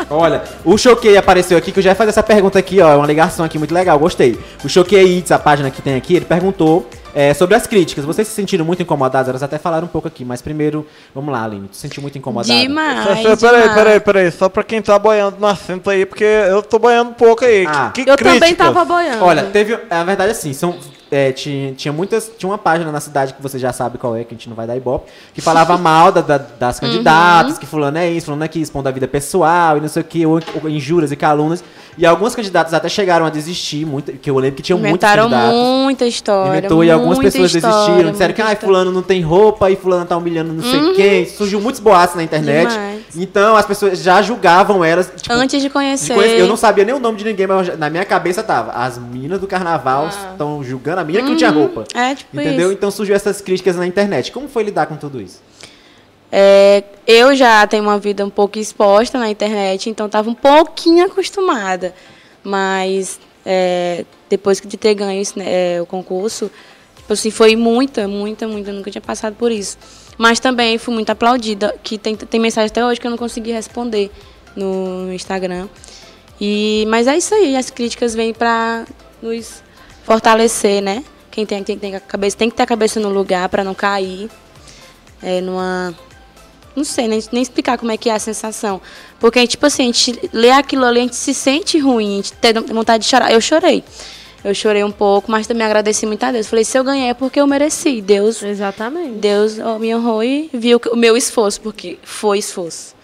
Olha, o Choquei apareceu aqui, que eu já ia fazer essa pergunta aqui, ó. É uma ligação aqui muito legal, gostei. O Choquei Eats, a página que tem aqui, ele perguntou é, sobre as críticas. Vocês se sentiram muito incomodados? Elas até falaram um pouco aqui, mas primeiro, vamos lá, Aline. Tu se sentiu muito incomodada? Demais. Só- só- peraí, demais. peraí, peraí. Só pra quem tá boiando no assento aí, porque eu tô boiando um pouco aí. Ah. que, que Eu também críticas? tava boiando. Olha, teve. A verdade é assim, são. é, tinha, tinha muitas. Tinha uma página na cidade que você já sabe qual é, que a gente não vai dar ibope, que falava mal da- da- das Uhum. candidatas, que fulano é isso, fulano é aquilo, expondo a vida pessoal e não sei o que, ou, ou injúrias e calúnias. E algumas candidatas até chegaram a desistir, muito, que eu lembro que tinham muitos Inventaram candidatos. muita história. Inventou e algumas muita pessoas história, desistiram, disseram que muita ah, fulano não tem roupa e fulano tá humilhando não sei quem. Surgiu muitos boatos na internet. Demais. Então as pessoas já julgavam elas. história. Tipo, Antes de de conhecer. conhecer- Eu não sabia nem o nome de ninguém, mas eu já- na minha cabeça tava. As meninas do carnaval estão julgando a menina que não tinha roupa. É, tipo entendeu? Ah. Hum. isso. Então surgiu essas críticas na internet. Como foi lidar com tudo isso? É, eu já tenho uma vida um pouco exposta na internet, então estava um pouquinho acostumada. Mas é, depois que de ter ganho esse, né, é, o concurso, tipo assim, foi muita, muita, muita. é Eu nunca tinha passado por isso. Mas também fui muito aplaudida, que tem, tem mensagem até hoje que eu não consegui responder no Instagram. E, mas é isso aí, as críticas vêm para nos fortalecer, né? Quem tem, quem tem a cabeça tem que ter a cabeça no lugar para não cair é, numa. Não sei, nem, nem explicar como é que é a sensação. Porque, tipo assim, a gente lê aquilo ali, a gente se sente ruim, a gente tem vontade de chorar. Eu chorei. Eu chorei um pouco, mas também agradeci muito a Deus. Falei, se eu ganhei é porque eu mereci. Deus, Exatamente. Deus ó, me honrou e viu que- o meu esforço, porque foi esforço.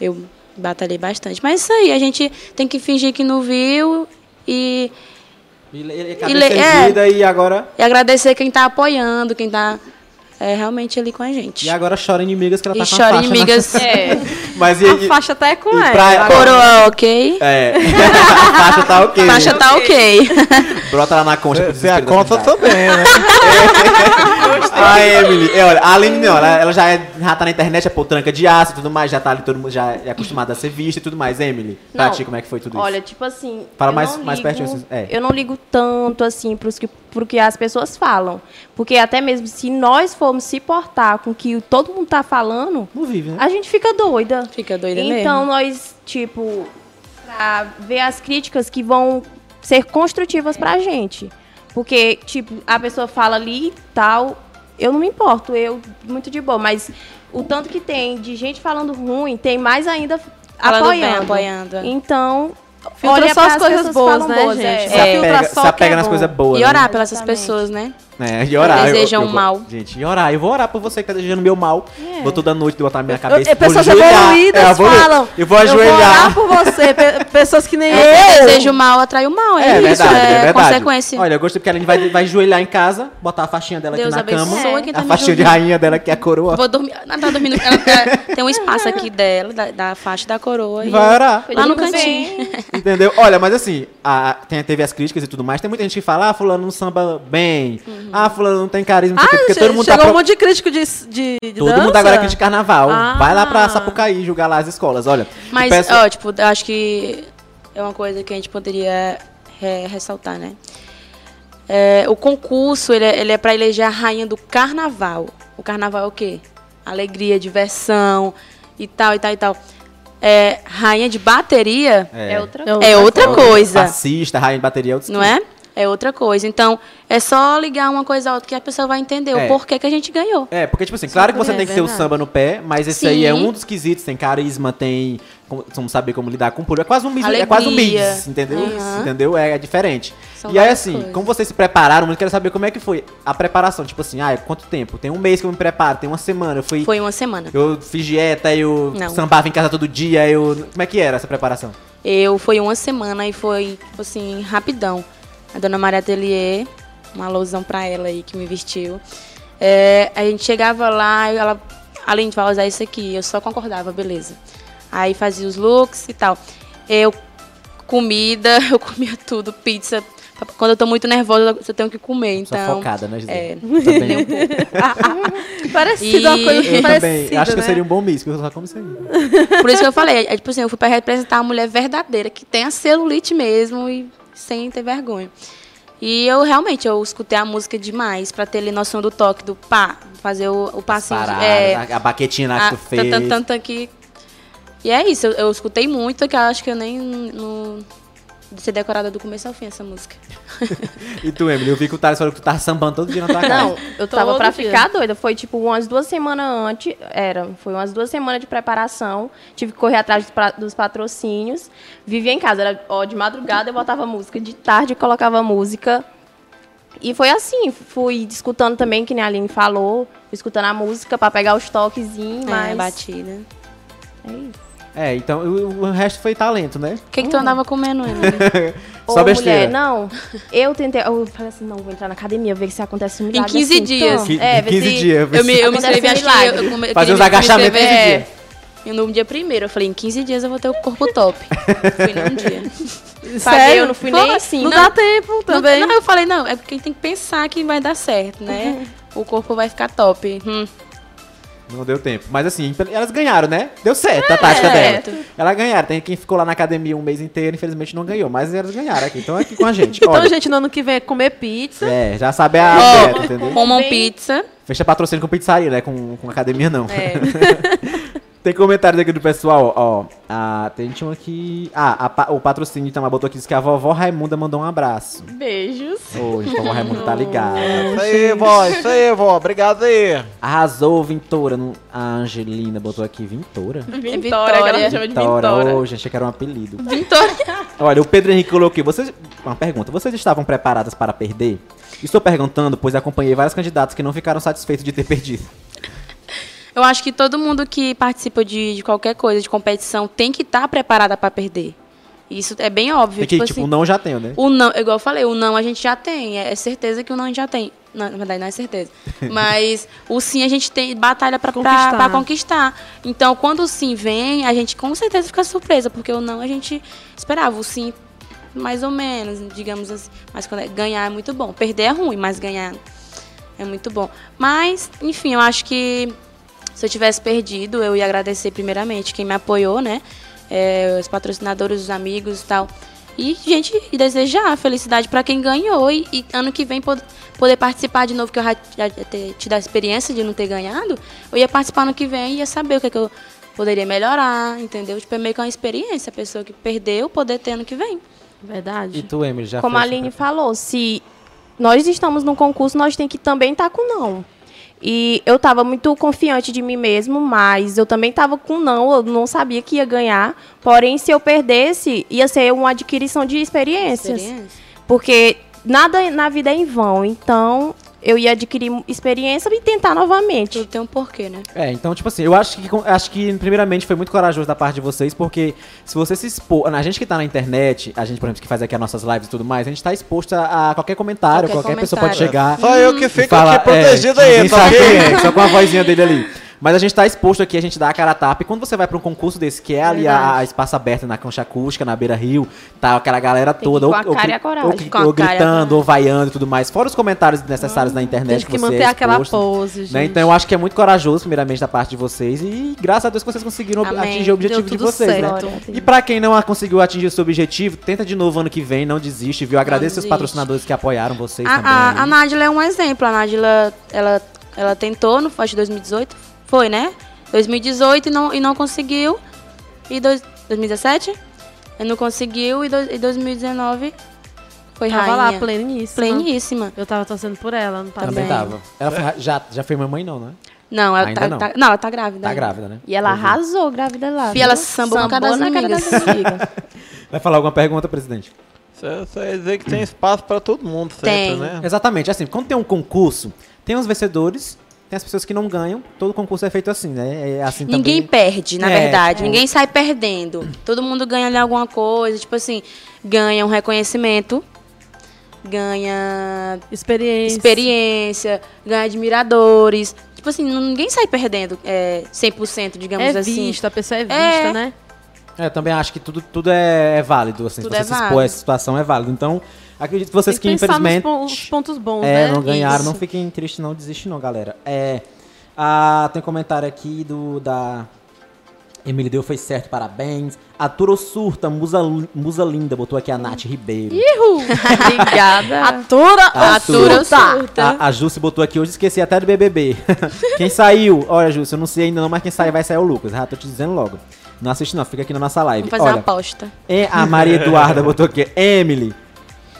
Eu batalhei bastante. Mas isso aí, a gente tem que fingir que não viu e E, le- e, E le- cabeça é. erguida e agora... E agradecer quem tá apoiando, quem tá é, realmente ali com a gente. E agora chora inimigas que ela E tá com a chora faixa na- inimigas. É. Mas e... A e faixa tá é com e ela. pra- Coroa, ok? é, a faixa tá ok. Faixa tá ok. Brota lá na concha. pro Você é a desespero da conta cidade. também, né? A Emily, é, olha, a Aline não, ela, ela já, é, já tá na internet, é potranca de aço e tudo mais, já tá ali, todo mundo já é acostumada a ser vista e tudo mais. Emily, pra Não. ti, como é que foi tudo isso? Olha, tipo assim. Fala eu mais- não mais ligo- pertinho, assim, é. Eu não ligo tanto, assim, pros que, pro que as pessoas falam. Porque até mesmo se nós formos se portar com o que todo mundo tá falando, não vive, né? a gente fica doida. Fica doida mesmo. Então nós, tipo, pra ver as críticas que vão ser construtivas pra gente. Porque, tipo, a pessoa fala ali e tal, eu não me importo, eu muito de boa, mas o tanto que tem de gente falando ruim, tem mais ainda Falando bem, apoiando. apoiando, é. Então, Filtra olha só as pras coisas pessoas que boas, falam né, boas, gente? Se É, filtra apega, só se o apega que é nas bom. coisas boas. E né? orar pelas essas Exatamente. pessoas, né? É, e orar. eu- Desejam eu- eu- mal. Gente, e orar. Eu vou orar por você que tá desejando meu mal. Vou toda noite botar minha Eu- cabeça. é, vou pessoas ajoelhar. evoluídas É, eu vou- falam. Eu vou orar ajoelhar. por você. pe- pessoas que nem eu. Desejo mal atrai o mal, é, é, isso, verdade, é, é, verdade. consequência. Olha, eu gostei porque a Aline vai, vai ajoelhar em casa, botar a faixinha dela Deus aqui na cama. abençoe quem tá a me faixinha de ouvindo. rainha dela, que é a coroa. Vou dormir. Ela tá dormindo. Ela tá- tem um espaço aqui dela, da, da faixa da coroa. E E vai orar. É. lá no Tudo bem. cantinho. Entendeu? Olha, mas assim, a, tem, teve as críticas e tudo mais. Tem muita gente que fala, ah, fulano não samba bem. Ah, fulano não tem carisma. Não sei o quê, porque Ah, che- todo mundo tá chegou pro- um monte de crítico de, de, de Todo dança. mundo agora aqui de carnaval. Ah. Vai lá pra Sapucaí julgar lá as escolas, olha. o Mas, pesso- ó, tipo, eu acho que é uma coisa que a gente poderia é, ressaltar, né? É, o concurso, ele é, ele é pra eleger a rainha do carnaval. O carnaval é o quê? Alegria, diversão e tal, e tal, e tal. É, rainha de bateria É outra Eu- é outra coisa. Passista, rainha de bateria, outros Não é? É outra coisa. Então, é só ligar uma coisa a outra que a pessoa vai entender É. o porquê que a gente ganhou. É, porque, tipo assim, claro que você é tem que ter o verdade. samba no pé, mas esse aí é Sim. um dos quesitos. Tem carisma, tem como, como saber como lidar com o público. É quase um mix, é Alegria. quase um mix entendeu? Aham. Entendeu? É, é diferente. São e aí, várias assim, coisas. como vocês se prepararam, eu quero saber como é que foi a preparação. Tipo assim, ah, quanto tempo? Tem um mês que eu me preparo, tem uma semana, eu fui... Foi uma semana. Eu fiz dieta, eu Não. sambava em casa todo dia, eu... Como é que era essa preparação? Eu foi uma semana e foi, tipo assim, rapidão. A dona Maria Atelier, uma alusão pra ela aí que me vestiu. É, a gente chegava lá e ela, além de vai usar isso aqui, eu só concordava, beleza. Aí fazia os looks e tal. Eu comida, eu comia tudo, pizza. Quando eu tô muito nervosa, eu tenho que comer, Só então. focada, né, Gisele? é. Também, Parecido, uma E- coisa eu parecida, também. Acho que eu né? seria um bom mix, porque eu só como isso aí. Por isso que eu falei, é, tipo assim, eu fui pra representar a mulher verdadeira, que tem a celulite mesmo e sem ter vergonha. E eu realmente, eu escutei a música demais pra ter ali noção do toque, do pá, fazer o, o passinho. de- Parada, é, a, a baquetinha lá que a- tu fez. tan- tan- tan- tan que- E é isso, eu, eu escutei muito, que eu acho que eu nem... não- de ser decorada do começo ao fim essa música. E tu, Emily, eu vi que o Thales falou que tu tava sambando todo dia na tua casa. Não, eu tava Todo pra dia. ficar doida. Foi tipo umas duas semanas antes. Era, foi umas duas semanas de preparação. Tive que correr atrás dos, pra- dos patrocínios. Vivia em casa. Era, ó, de madrugada eu botava música, de tarde eu colocava música. E foi assim, fui escutando também, que nem a Aline falou, escutando a música pra pegar os toquezinhos, Mas... É, mas. batida. É, então o, o resto foi talento, né? O que, que tu andava comendo, Emily? Ô, Só besteira. mulher, não. Eu tentei. Eu falei assim, não, vou entrar na academia, ver se acontece um milagre. 15 assim, dias. toma. Qui- É, de ver 15 se- dias. Eu me, eu me Acontece inscrevi, um acho que milagre. eu, eu come- eu Fazer queria os me agachamentos inscrever, esse é, dia. E no dia primeiro, eu falei, em 15 dias eu vou ter o corpo top. Fui num dia. Paguei, eu não fui Como nem assim? assim. Não, Não- dá tempo também. Não, não, eu falei, não, Uhum. é porque tem que pensar que vai dar certo, né? O corpo vai ficar top. Hum. Não deu tempo. Mas assim, elas ganharam, né? Deu certo a tática dela. certo. Ela ganharam. Tem quem ficou lá na academia um mês inteiro, infelizmente não ganhou. Mas elas ganharam aqui. Então aqui com a gente. Então, Olha, gente, no ano que vem é comer pizza. É, já sabe a Ó, dieta, entendeu? Comam pizza. Fecha patrocínio com pizzaria, né? Com, com academia, não. É. Tem comentários aqui do pessoal, ó. Ah, tem um aqui. Ah, a pa- o patrocínio então botou aqui diz que a vovó Raimunda mandou um abraço. Beijos. Ô, gente, a vovó Raimunda tá ligada. Isso aí, vó, isso aí, vó. Obrigado aí. Arrasou, Vintora. Não- A Angelina botou aqui Vintora. Vitória, é Vitória. que ela chama de Vitória, Vitória. hoje, achei que era um apelido. Olha, o Pedro Henrique colocou aqui, vocês, uma pergunta, vocês estavam preparadas para perder? Estou perguntando, pois acompanhei vários candidatos que não ficaram satisfeitos de ter perdido. Eu acho que todo mundo que participa de, de qualquer coisa, de competição, tem que estar preparada para perder. Isso é bem óbvio. Tem que, tipo tipo, assim, não já tenho, né? O não, igual eu falei, o não a gente já tem. É, é certeza que o não a gente já tem. Na, na verdade, não é certeza. Mas o sim a gente tem batalha pra Conquistar. conquistar. Pra, conquistar. Então, quando o sim vem, a gente com certeza fica surpresa, porque o não a gente esperava. O sim, mais ou menos, digamos assim. Mas quando é- ganhar é muito bom. Perder é ruim, mas ganhar é muito bom. Mas, enfim, eu acho que se eu tivesse perdido, eu ia agradecer primeiramente quem me apoiou, né? É, os patrocinadores, os amigos e tal. E, gente, e desejar felicidade para quem ganhou. E, e ano que vem pod- poder participar de novo, que eu já, já te, te dar experiência de não ter ganhado. Eu ia participar ano que vem e ia saber o que, é que eu poderia melhorar, entendeu? Tipo, é meio que uma experiência. A pessoa que perdeu poder ter ano que vem. E Verdade. tu, Emily, já Como a Aline falou, se nós estamos num concurso, nós tem que também estar com não. E eu estava muito confiante de mim mesmo, mas eu também estava com não, eu não sabia que ia ganhar. Porém, se eu perdesse, ia ser uma adquirição de experiências. Experiência. Porque nada na vida é em vão. Então, eu ia adquirir experiência e tentar novamente. Tudo tem um porquê, né? É, então, tipo assim, eu acho que, acho que, primeiramente, foi muito corajoso da parte de vocês, porque se você se expor. A gente que tá na internet, a gente, por exemplo, que faz aqui as nossas lives e tudo mais, a gente tá exposto a, a qualquer comentário, qualquer, Qualquer pessoa pode comentário. chegar. Só eu que e fico falar, aqui protegido é, aí, ninguém tá sabe ok? quem é, só com a vozinha dele ali. Mas a gente tá exposto aqui, a gente dá a cara a tapa. E quando você vai pra um concurso desse, que é ali a, a espaço aberto na concha acústica, na beira rio, tá aquela galera que ir toda, com a cara e a gri- coragem. ou gri- Com a ou cara e a gritando, coragem. ou vaiando e tudo mais. Fora os comentários necessários na internet Tem que, você que manter é aquela exposto. pose, gente. Né? Então eu acho que é muito corajoso, primeiramente, da parte de vocês. E graças a Deus que vocês conseguiram ob- Amém. atingir o objetivo Deu de tudo vocês, né? certo. Glória a Deus. E pra quem não a- conseguiu atingir o seu objetivo, tenta de novo ano que vem, não desiste, viu? Agradeço os desiste. patrocinadores que apoiaram vocês A, também. a, aí. a Nádila é um exemplo. A Nádila, ela, ela tentou no Fast 2018. Foi, né? 2018 e não, e não conseguiu. E dois, 2017? E não conseguiu. E, dois- e 2019 foi Tava lá, rainha. pleníssima. pleníssima. Eu tava torcendo por ela no passado. Também Também. tava. Ela foi ra- já, já foi mamãe, não, né? Não, ela Ainda tá, não. tá- não, ela tá grávida. Tá grávida, né? E ela Hoje. arrasou, grávida lá. Fih, ela viu? sambou na cara das na cara amigas. das amigas. Vai falar alguma pergunta, presidente? Só só ia dizer que tem espaço pra todo mundo sempre, Tem. né? Exatamente. Assim, quando tem um concurso, tem os vencedores, tem as pessoas que não ganham. Todo concurso é feito assim, né? É assim Ninguém também. perde, na É, verdade. Ninguém sai perdendo. Todo mundo ganha ali alguma coisa. Tipo assim, ganha um reconhecimento. Ganha Experiência. experiência, ganha admiradores. Tipo assim, não- ninguém sai perdendo é, 100%, digamos É assim. vista, a pessoa é vista, É. né? É, eu também acho que tudo, tudo é, é válido, assim. Tudo se é você se expor a válido. essa situação, é válido. Então, acredito que vocês que, Tem que pensar nos infelizmente... pon- os pontos bons, É, né? não ganharam, não Isso. fiquem tristes, não desiste não, galera. É, ah, tem um comentário aqui do da Emily deu foi certo, parabéns. A Turo Surta, musa, musa linda, botou aqui a Nath Ribeiro. Obrigada. Atura, Ah, Atura, surta. surta. A, a Jússi botou aqui, hoje esqueci até do BBB. quem saiu? Olha, Jússi, eu não sei ainda não, mas quem sair vai sair é o Lucas. Já tô te dizendo logo. Não assiste não, fica aqui na nossa live. Vamos fazer Olha, uma aposta. É, a Maria Eduarda botou aqui. Emily,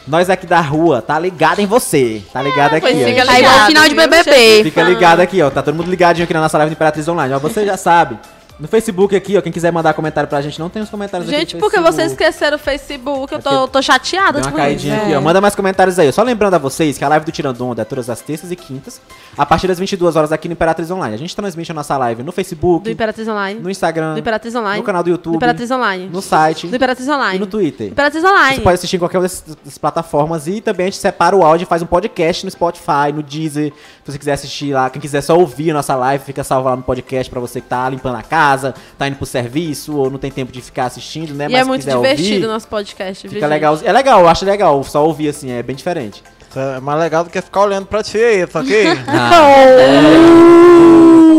nós aqui da rua, tá ligado em você. Tá Ah, ligado aqui, pois ó. fica Tá igual o ligado, final de viu, BBB. Fica ligado aqui, ó. Tá todo mundo ligadinho aqui na nossa live de Imperatriz Online. Ó, você já sabe. No Facebook aqui, ó, quem quiser mandar comentário pra gente, não tem os comentários aqui Gente, no por que Facebook. vocês esqueceram o Facebook? Eu É tô, tô chateada. Deu uma tipo, caidinha isso. aqui, ó. Manda mais comentários aí. Só lembrando a vocês que a live do Tirando Onda é todas as terças e quintas, a partir das 22 horas aqui no Imperatriz Online. A gente transmite a nossa live no Do Facebook, Imperatriz Online. no Instagram, Do Imperatriz Online. no canal do YouTube, Do Imperatriz Online. no site Do Imperatriz e Online. no Twitter. Imperatriz Você Online. pode assistir em qualquer uma dessas dessas plataformas e também a gente separa o áudio e faz um podcast no Spotify, no Deezer. Se você quiser assistir lá, quem quiser só ouvir a nossa live, fica salvo lá no podcast pra você que tá limpando a casa, tá indo pro serviço ou não tem tempo de ficar assistindo, né? E é muito quiser divertido o ouvir, nosso podcast, viu? Fica gente? legal. É legal, eu acho legal só ouvir assim, é bem diferente. Isso É mais legal do que ficar olhando pra ti aí, tá ok? Ah,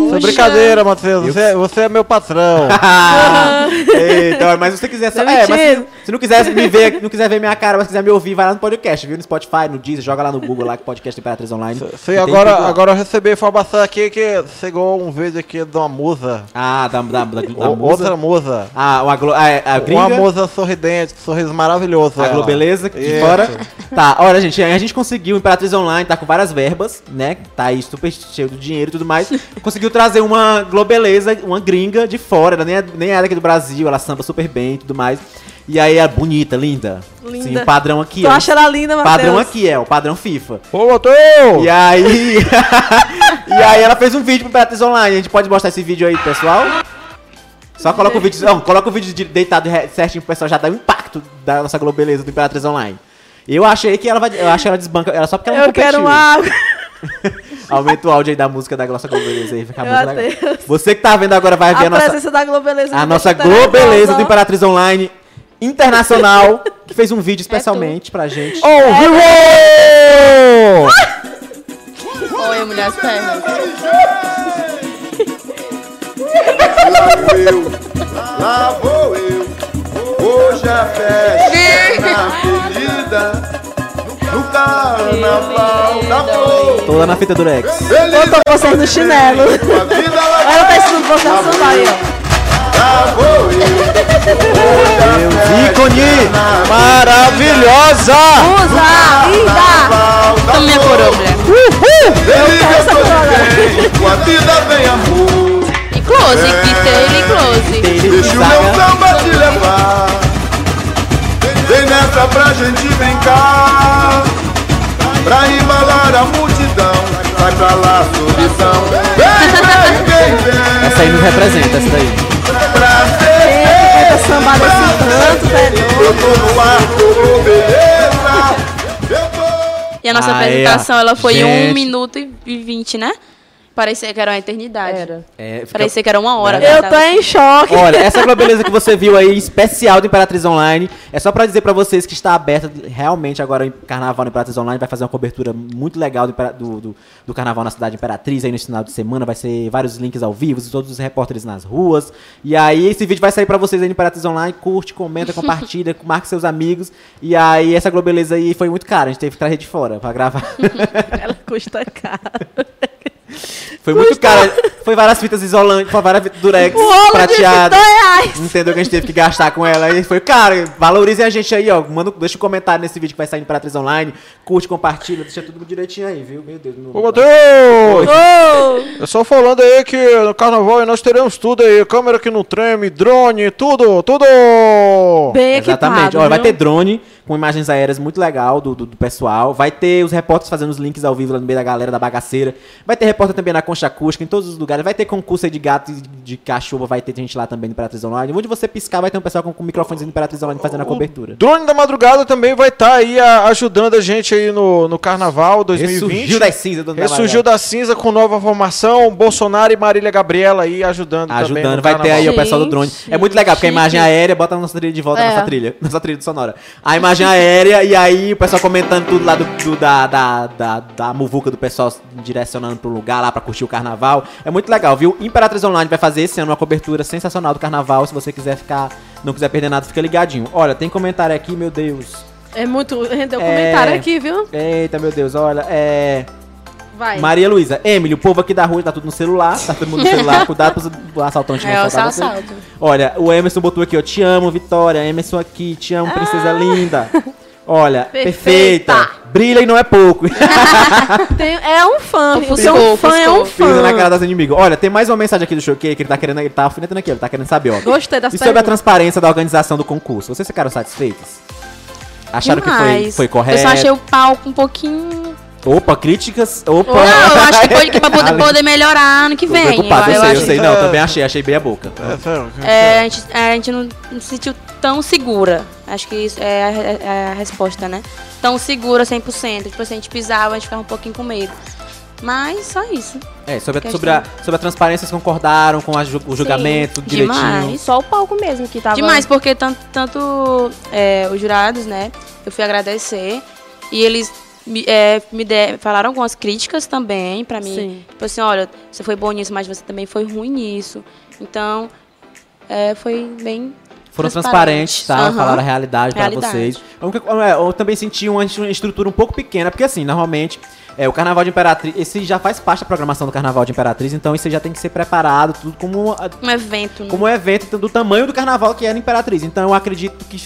Isso é Puxa. brincadeira, Matheus. Eu- Você, você é meu patrão. Ah. então, mas se você quiser só, Não, é, mas se, mentira. se não quiser me ver, não quiser ver minha cara, mas quiser me ouvir, vai lá no podcast, viu? No Spotify, no Deezer, joga lá no Google lá que podcast Imperatriz Online. Sei, E tem agora, tudo lá. agora eu recebi a informação aqui que chegou um vídeo aqui de uma musa. Ah, da, da, da, da O- musa. Outra musa. Ah, uma glo, ah, é, a gringa. Uma musa sorridente, com sorriso maravilhoso. A ela. Globeleza aqui de Isso. fora. Tá, olha, gente, a gente conseguiu, Imperatriz Online tá com várias verbas, né? Tá aí super cheio de dinheiro e tudo mais. Conseguiu trazer uma Globeleza, uma gringa de fora, ela nem é, nem é daqui do Brasil, ela samba super bem e tudo mais. E aí é bonita, linda. Linda. Sim, padrão aqui, Tu ó. acha ela linda, Matheus? Padrão aqui, é, o padrão FIFA. Ô, Matheus! E aí. e aí ela fez um vídeo pro Imperatriz Online. A gente pode mostrar esse vídeo aí, pessoal? Só coloca o vídeo. Não, coloca o vídeo de- deitado re- certinho pro pessoal já dá o impacto da nossa globeleza do Imperatriz Online. Eu achei que ela vai. Eu acho que ela desbanca. Era só porque ela não Eu quero competiu. uma água. Aumenta o áudio aí da música da nossa globeleza aí, fica Meu muito legal. Deus. Você que tá vendo agora vai ver a, A nossa. presença da Globeleza. A me nossa deixa tão globeleza nervosa. do Imperatriz Online Internacional, que fez um vídeo É especialmente pra gente. Oh, É Ô, Vivo! Oi, mulher as pernas. Lá vou eu, hoje a festa é na avenida, no carnaval da flor. Tô lá na fita do Lex. Feliz Tô vocês no chinelo. a vida lá Ela tá ensinando vocês a sambar aí, ó. vou eu, Ícone! Maravilhosa! Usa, linda. carnaval da Toma minha flor. coroa, mulher. Feliz eu tô bem, com a vida vem amor. E close, e close. Deixa o meu samba te levar. Vem nessa pra gente brincar. Pra embalar a multidão, vai pra lá a solidão. Vem, vem, vem, vem. Essa aí nos representa, essa daí. Pra ser Eita, samba assim desse tanto, velho. Eu tô no ar, como beleza. Eu tô. E a nossa Aí, ó. apresentação, ela foi Gente. 1 minuto e 20, né? Parecia que era uma eternidade. Era. É, fica- Parecia que era uma hora. assim. Eu cara, tô tava- em choque. Olha, essa globeleza que você viu aí, especial do Imperatriz Online, é só pra dizer pra vocês que está aberta realmente agora em carnaval no Imperatriz Online, vai fazer uma cobertura muito legal do, Impera- do, do- do carnaval na cidade de Imperatriz aí nesse final de semana, vai ser vários links ao vivo, todos os repórteres nas ruas. E aí esse vídeo vai sair pra vocês aí no Imperatriz Online, curte, comenta, compartilha, marca seus amigos. E aí essa globeleza aí foi muito cara, a gente teve que trazer de fora pra gravar. Ela custa caro. Foi muito cara, foi várias fitas isolantes, foi várias fitas durex O rolo de prateadas. dois reais. Entendeu que a gente teve que gastar com ela. E foi, cara, valorize a gente aí, ó. Manda, deixa um comentário nesse vídeo que vai sair para Imperatriz Online. Curte, compartilha, deixa tudo direitinho aí, viu? Meu Deus. Não... Ô, Matheus! Eu só falando aí que no carnaval nós teremos tudo aí. Câmera que não treme, drone, tudo, tudo! Bem Exatamente. equipado, Ó, vai viu? ter drone com imagens aéreas muito legal do, do, do pessoal. Vai ter os repórteres fazendo os links ao vivo lá no meio da galera da bagaceira. Vai ter repórter também na Concha Acústica, em todos os lugares. Vai ter concurso aí de gato e de cachorro. Vai ter gente lá também no Imperatriz Online. Onde você piscar, vai ter um pessoal com, com microfones no Imperatriz Online fazendo a cobertura. Drone da Madrugada também vai estar aí a- ajudando a gente aí no, no carnaval 2020. Ressurgiu das cinzas do Ressurgiu da cinza com nova formação, Bolsonaro e Marília Gabriela aí ajudando, também. Ah, tá Ajudando, no vai ter aí o carnaval. pessoal do drone. É muito legal, porque a imagem aérea bota na nossa trilha de volta, É. nossa trilha, nossa trilha sonora. A imagem aérea, e aí o pessoal comentando tudo lá do, do- da, da, da, da muvuca do pessoal direcionando pro lugar lá pra curtir o carnaval. É muito legal, viu? Imperatriz Online vai fazer esse ano uma cobertura sensacional do carnaval. Se você quiser ficar, não quiser perder nada, fica ligadinho. Olha, tem comentário aqui, meu Deus. É muito. Rendeu É. comentário aqui, viu? Eita, meu Deus, olha, é. Vai. Maria Luísa, Emily, o povo aqui da rua tá tudo no celular, tá todo mundo no celular, cuidado pro assaltante não É, o assaltar você. assalto. Olha, o Emerson botou aqui, ó. Te amo, Vitória. Emerson aqui, te Ah. amo, princesa linda. Olha, perfeita. Perfeita. Brilha e não é pouco. Tem- é um fã. Ofuscou, Seu fã é um ofuscou. Pisa Tá na cara fã. das inimigos. Olha, tem mais uma mensagem aqui do Choquei que ele tá querendo. Ele tá alfinetando aqui, ele tá querendo saber, ó. Gostei das E sobre a perguntas. transparência da organização do concurso. Vocês ficaram satisfeitos? Acharam que foi, Demais. foi correto? Eu só achei o palco um pouquinho... Opa, críticas. Opa. Não, eu acho que pode que pra poder, poder melhorar ano que Tô vem. preocupado, eu, sei, eu é eu acho sei. Não, eu também achei, achei bem a boca. É, sério. É, a gente, é, a gente não não se sentiu tão segura. Acho que isso é a, é a resposta, né? Tão segura 100%. Tipo assim, a gente pisava, a gente ficava um pouquinho com medo. Mas só isso. É, sobre a, Questão. sobre a, sobre a transparência, vocês concordaram com a ju- o julgamento direitinho? demais. Só o palco mesmo que Tá tava. Demais, porque tanto, tanto é, os jurados, né? Eu fui agradecer. E eles Me, é, me de- falaram algumas críticas também pra mim. Sim. Tipo assim, olha, você foi bom nisso, mas você também foi ruim nisso. Então, é, foi bem. Foram transparentes, tá? Aham. Falaram a realidade, pra Realidade. vocês. A única co- é, Eu, também senti uma est- uma estrutura um pouco pequena, porque assim, normalmente, é, o Carnaval de Imperatriz, esse já faz parte da programação do Carnaval de Imperatriz, então isso aí já tem que ser preparado, tudo como, a- Um evento, né? como um evento do tamanho do Carnaval que era Imperatriz. Então eu acredito que...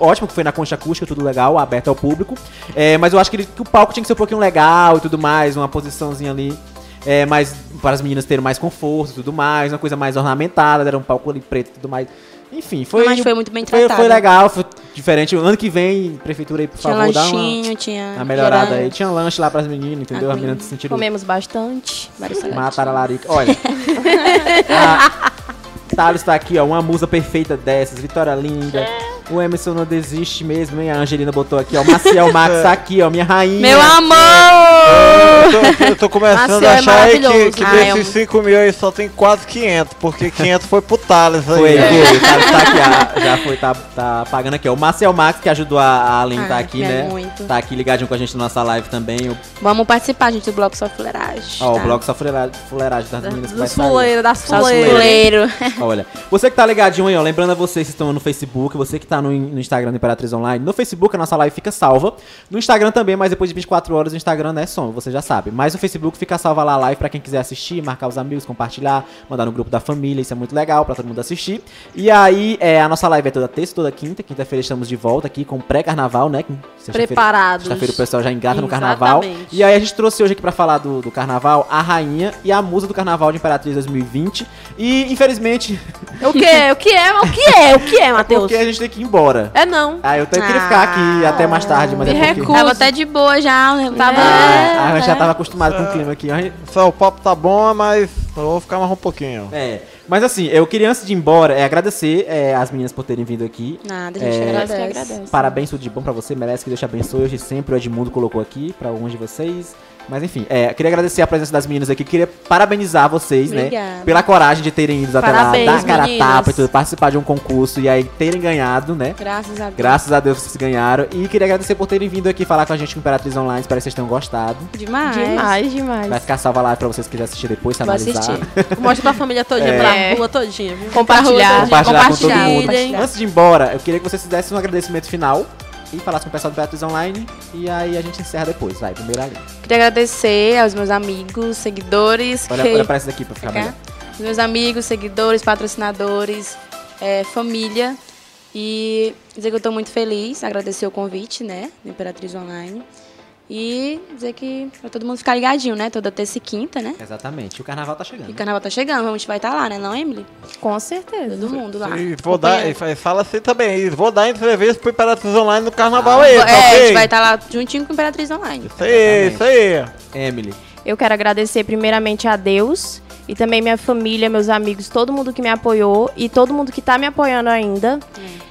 Ótimo que foi na concha acústica, tudo legal, aberto ao público. É, mas eu acho que, ele- que o palco tinha que ser um pouquinho legal e tudo mais, uma posiçãozinha ali. É, mas para as meninas terem mais conforto e tudo mais, uma coisa mais ornamentada, era um palco ali preto e tudo mais. Enfim, foi. mas foi muito bem Foi, tratado. né? foi legal, foi diferente. Ano que vem, prefeitura aí, por Tinha favor, dá uma, lanchinho, tinha. uma melhorada gerante. aí. Tinha lanche lá pras meninas, entendeu? Ah, As meninas se sentiram Comemos bastante. Vários mataram a larica. Olha. a Thales tá aqui, ó. Uma musa perfeita dessas. Vitória linda. O Emerson não desiste mesmo, hein? A Angelina botou aqui, ó. Maciel Max tá aqui, ó. Minha rainha. Meu amor! Eu tô, eu tô começando Marcel a é achar aí que, maravilhoso. que Ah, é um- desses 5 mil aí só tem quase 500, porque 500 foi pro Thales aí. Foi, né? foi. O Thales tá aqui, ó, já foi, tá, tá pagando aqui, ó. O Marcel Max, que ajudou a Aline, tá Ah, aqui, me né? muito. Tá aqui ligadinho com a gente na nossa live também. O, Vamos participar, gente, do Bloco Só Fuleiragem. ó, o tá? bloco só fuleira- fuleiragem das meninas é que tá vai Dos sair. fuleiros, das Só fuleiras. fuleiro. Olha, você que tá ligadinho aí, ó, lembrando a vocês que estão no Facebook, você que tá no, no Instagram do Imperatriz Online, no Facebook a nossa live fica salva, no Instagram também, mas depois de 24 horas o Instagram é som, você já sabe. Mas no Facebook fica salva lá a live pra quem quiser assistir, marcar os amigos, compartilhar, mandar no grupo da família, isso é muito legal pra todo mundo assistir. E aí, é, a nossa live é toda terça, toda quinta, quinta-feira estamos de volta aqui com o pré-carnaval, né? que sexta-feira- Preparados. Sexta-feira o pessoal já engata no carnaval. Exatamente. E aí a gente trouxe hoje aqui pra falar do, do carnaval a rainha e a musa do carnaval de Imperatriz 2020. E infelizmente, O que? O que é? O que é? O que é, Matheus? porque a gente tem que ir embora. É não. Ah, eu até queria ficar aqui Ah, até mais tarde, mas me é porque. recuso. É. Tava até de boa já, né? Tava. Ah, a gente já né? tava acostumado com o clima aqui. a gente- Só o papo tá bom, mas eu vou ficar mais um pouquinho. É. Mas assim, eu queria antes de ir embora é, agradecer é, as meninas por terem vindo aqui. Nada, a gente É, Nós que agradece. agradece. Parabéns, tudo de bom pra você. Merece que Deus te abençoe hoje e sempre. O Edmundo colocou aqui pra alguns de vocês. Mas enfim, é, queria agradecer a presença das meninas aqui. Queria parabenizar vocês, né? Obrigada. Pela coragem de terem ido até Parabéns, lá, dar a cara a meninas. tapa e tudo, participar de um concurso e aí terem ganhado, né? Graças a Deus. Graças a Deus vocês ganharam. E queria agradecer por terem vindo aqui falar com a gente com Imperatriz Online. Espero que vocês tenham gostado. Demais. Demais, demais. Vai ficar salva lá pra vocês que quiserem assistir depois, se Vou analisar. assistir. Mostra pra família todinha, É. pra rua todinha. Viu? Compartilhar. Pra rua todinha. Compartilhar com todo mundo. Compartilhem. Antes de ir embora, eu queria que vocês fizessem um agradecimento final e falassem com o pessoal do Imperatriz Online. E aí a gente encerra depois. Vai, primeiro ali. Queria agradecer aos meus amigos, seguidores, Olha, que- olha pra essa daqui pra ficar Ficar. melhor. Os meus amigos, seguidores, patrocinadores, é, família. E dizer que eu estou muito feliz, agradecer o convite, né, do Imperatriz Online. E dizer que para todo mundo ficar ligadinho, né, toda terça e quinta, né? Exatamente. O carnaval tá chegando. E o carnaval tá chegando, a gente vai estar lá, né, não, Emily? Com certeza. Todo mundo lá. E vou dar, e fa- fala assim também, e vou dar entrevista pro Imperatriz Online no carnaval aí, É, tá a gente ok? vai estar lá juntinho com o Imperatriz Online. Isso aí, isso aí. Emily. Eu quero agradecer primeiramente a Deus e também minha família, meus amigos, todo mundo que me apoiou e todo mundo que tá me apoiando ainda.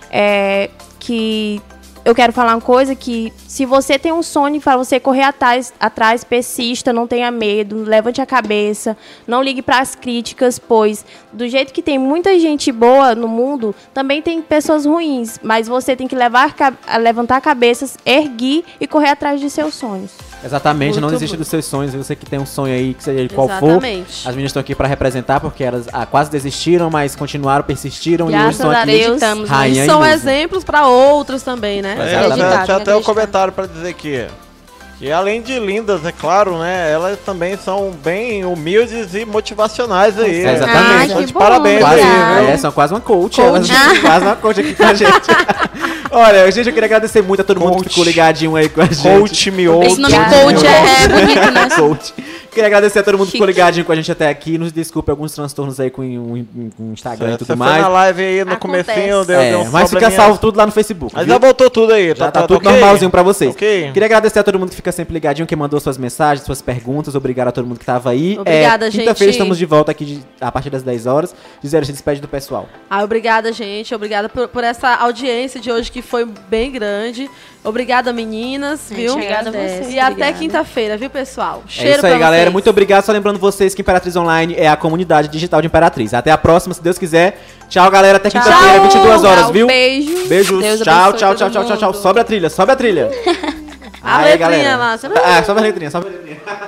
É, que eu quero falar uma coisa que se você tem um sonho para você correr atrás, atrás, persista, não tenha medo, levante a cabeça, não ligue para as críticas, pois do jeito que tem muita gente boa no mundo, também tem pessoas ruins, mas você tem que levar, ca- levantar cabeças, erguer e correr atrás de seus sonhos. Exatamente, não Muito desista bom. dos seus sonhos. Você que tem um sonho aí, que seja ele qual for. Exatamente. As meninas estão aqui pra representar, porque elas ah, quase desistiram, mas continuaram, persistiram e hoje Graças estão a aqui. Deus. Acreditamos, né? Rainha E são Inútil. exemplos pra outros também, né? É, Exatamente. até, tinha até um Acreditado. comentário pra dizer que, que além de lindas, é claro, né? Elas também são bem humildes e motivacionais aí. É, exatamente. Então, Ai, Ah, que de bom, parabéns Quase, aí, obrigada. viu? é, são quase uma coach. Elas, quase uma coach aqui com a gente. Olha, gente, eu queria agradecer muito a todo mundo que Coach. ficou ligadinho aí com a gente. Coach me ouve. Esse nome coach é, é bonito, né? Coach. Queria agradecer a todo mundo que ficou ligadinho com a gente até aqui. Nos desculpe alguns transtornos aí com o- com o Instagram e Você foi tudo mais. na live aí no Acontece. comecinho, deu, É, deu um mas fica probleminha. salvo tudo lá no Facebook. Mas viu? já voltou tudo aí, Já tá, tudo ok? normalzinho pra vocês. Ok. Queria agradecer a todo mundo que fica sempre ligadinho, que mandou suas mensagens, suas perguntas. Obrigado a todo mundo que tava aí. Obrigada, é, gente. Quinta-feira estamos de volta aqui de- a partir das 10 horas. Gisele, se despede do pessoal. Ah, obrigada, gente. Obrigada por, por essa audiência de hoje que foi bem grande. Obrigada, meninas, Gente, viu? obrigada a E vocês. até Obrigada. quinta-feira, viu, pessoal? Cheiro é isso pra aí, vocês. galera. Muito obrigado. Só lembrando vocês que Imperatriz Online é a comunidade digital de Imperatriz. Até a próxima, se Deus quiser. Tchau, galera. Até quinta-feira, 22 horas, viu? Beijos. Beijo. Deus tchau, abençoe tchau, todo tchau, tchau, tchau, mundo. tchau. Sobe a trilha, sobe a trilha. A Aí, letrinha galera. lá, você- Ah, só a letrinha, só a letrinha.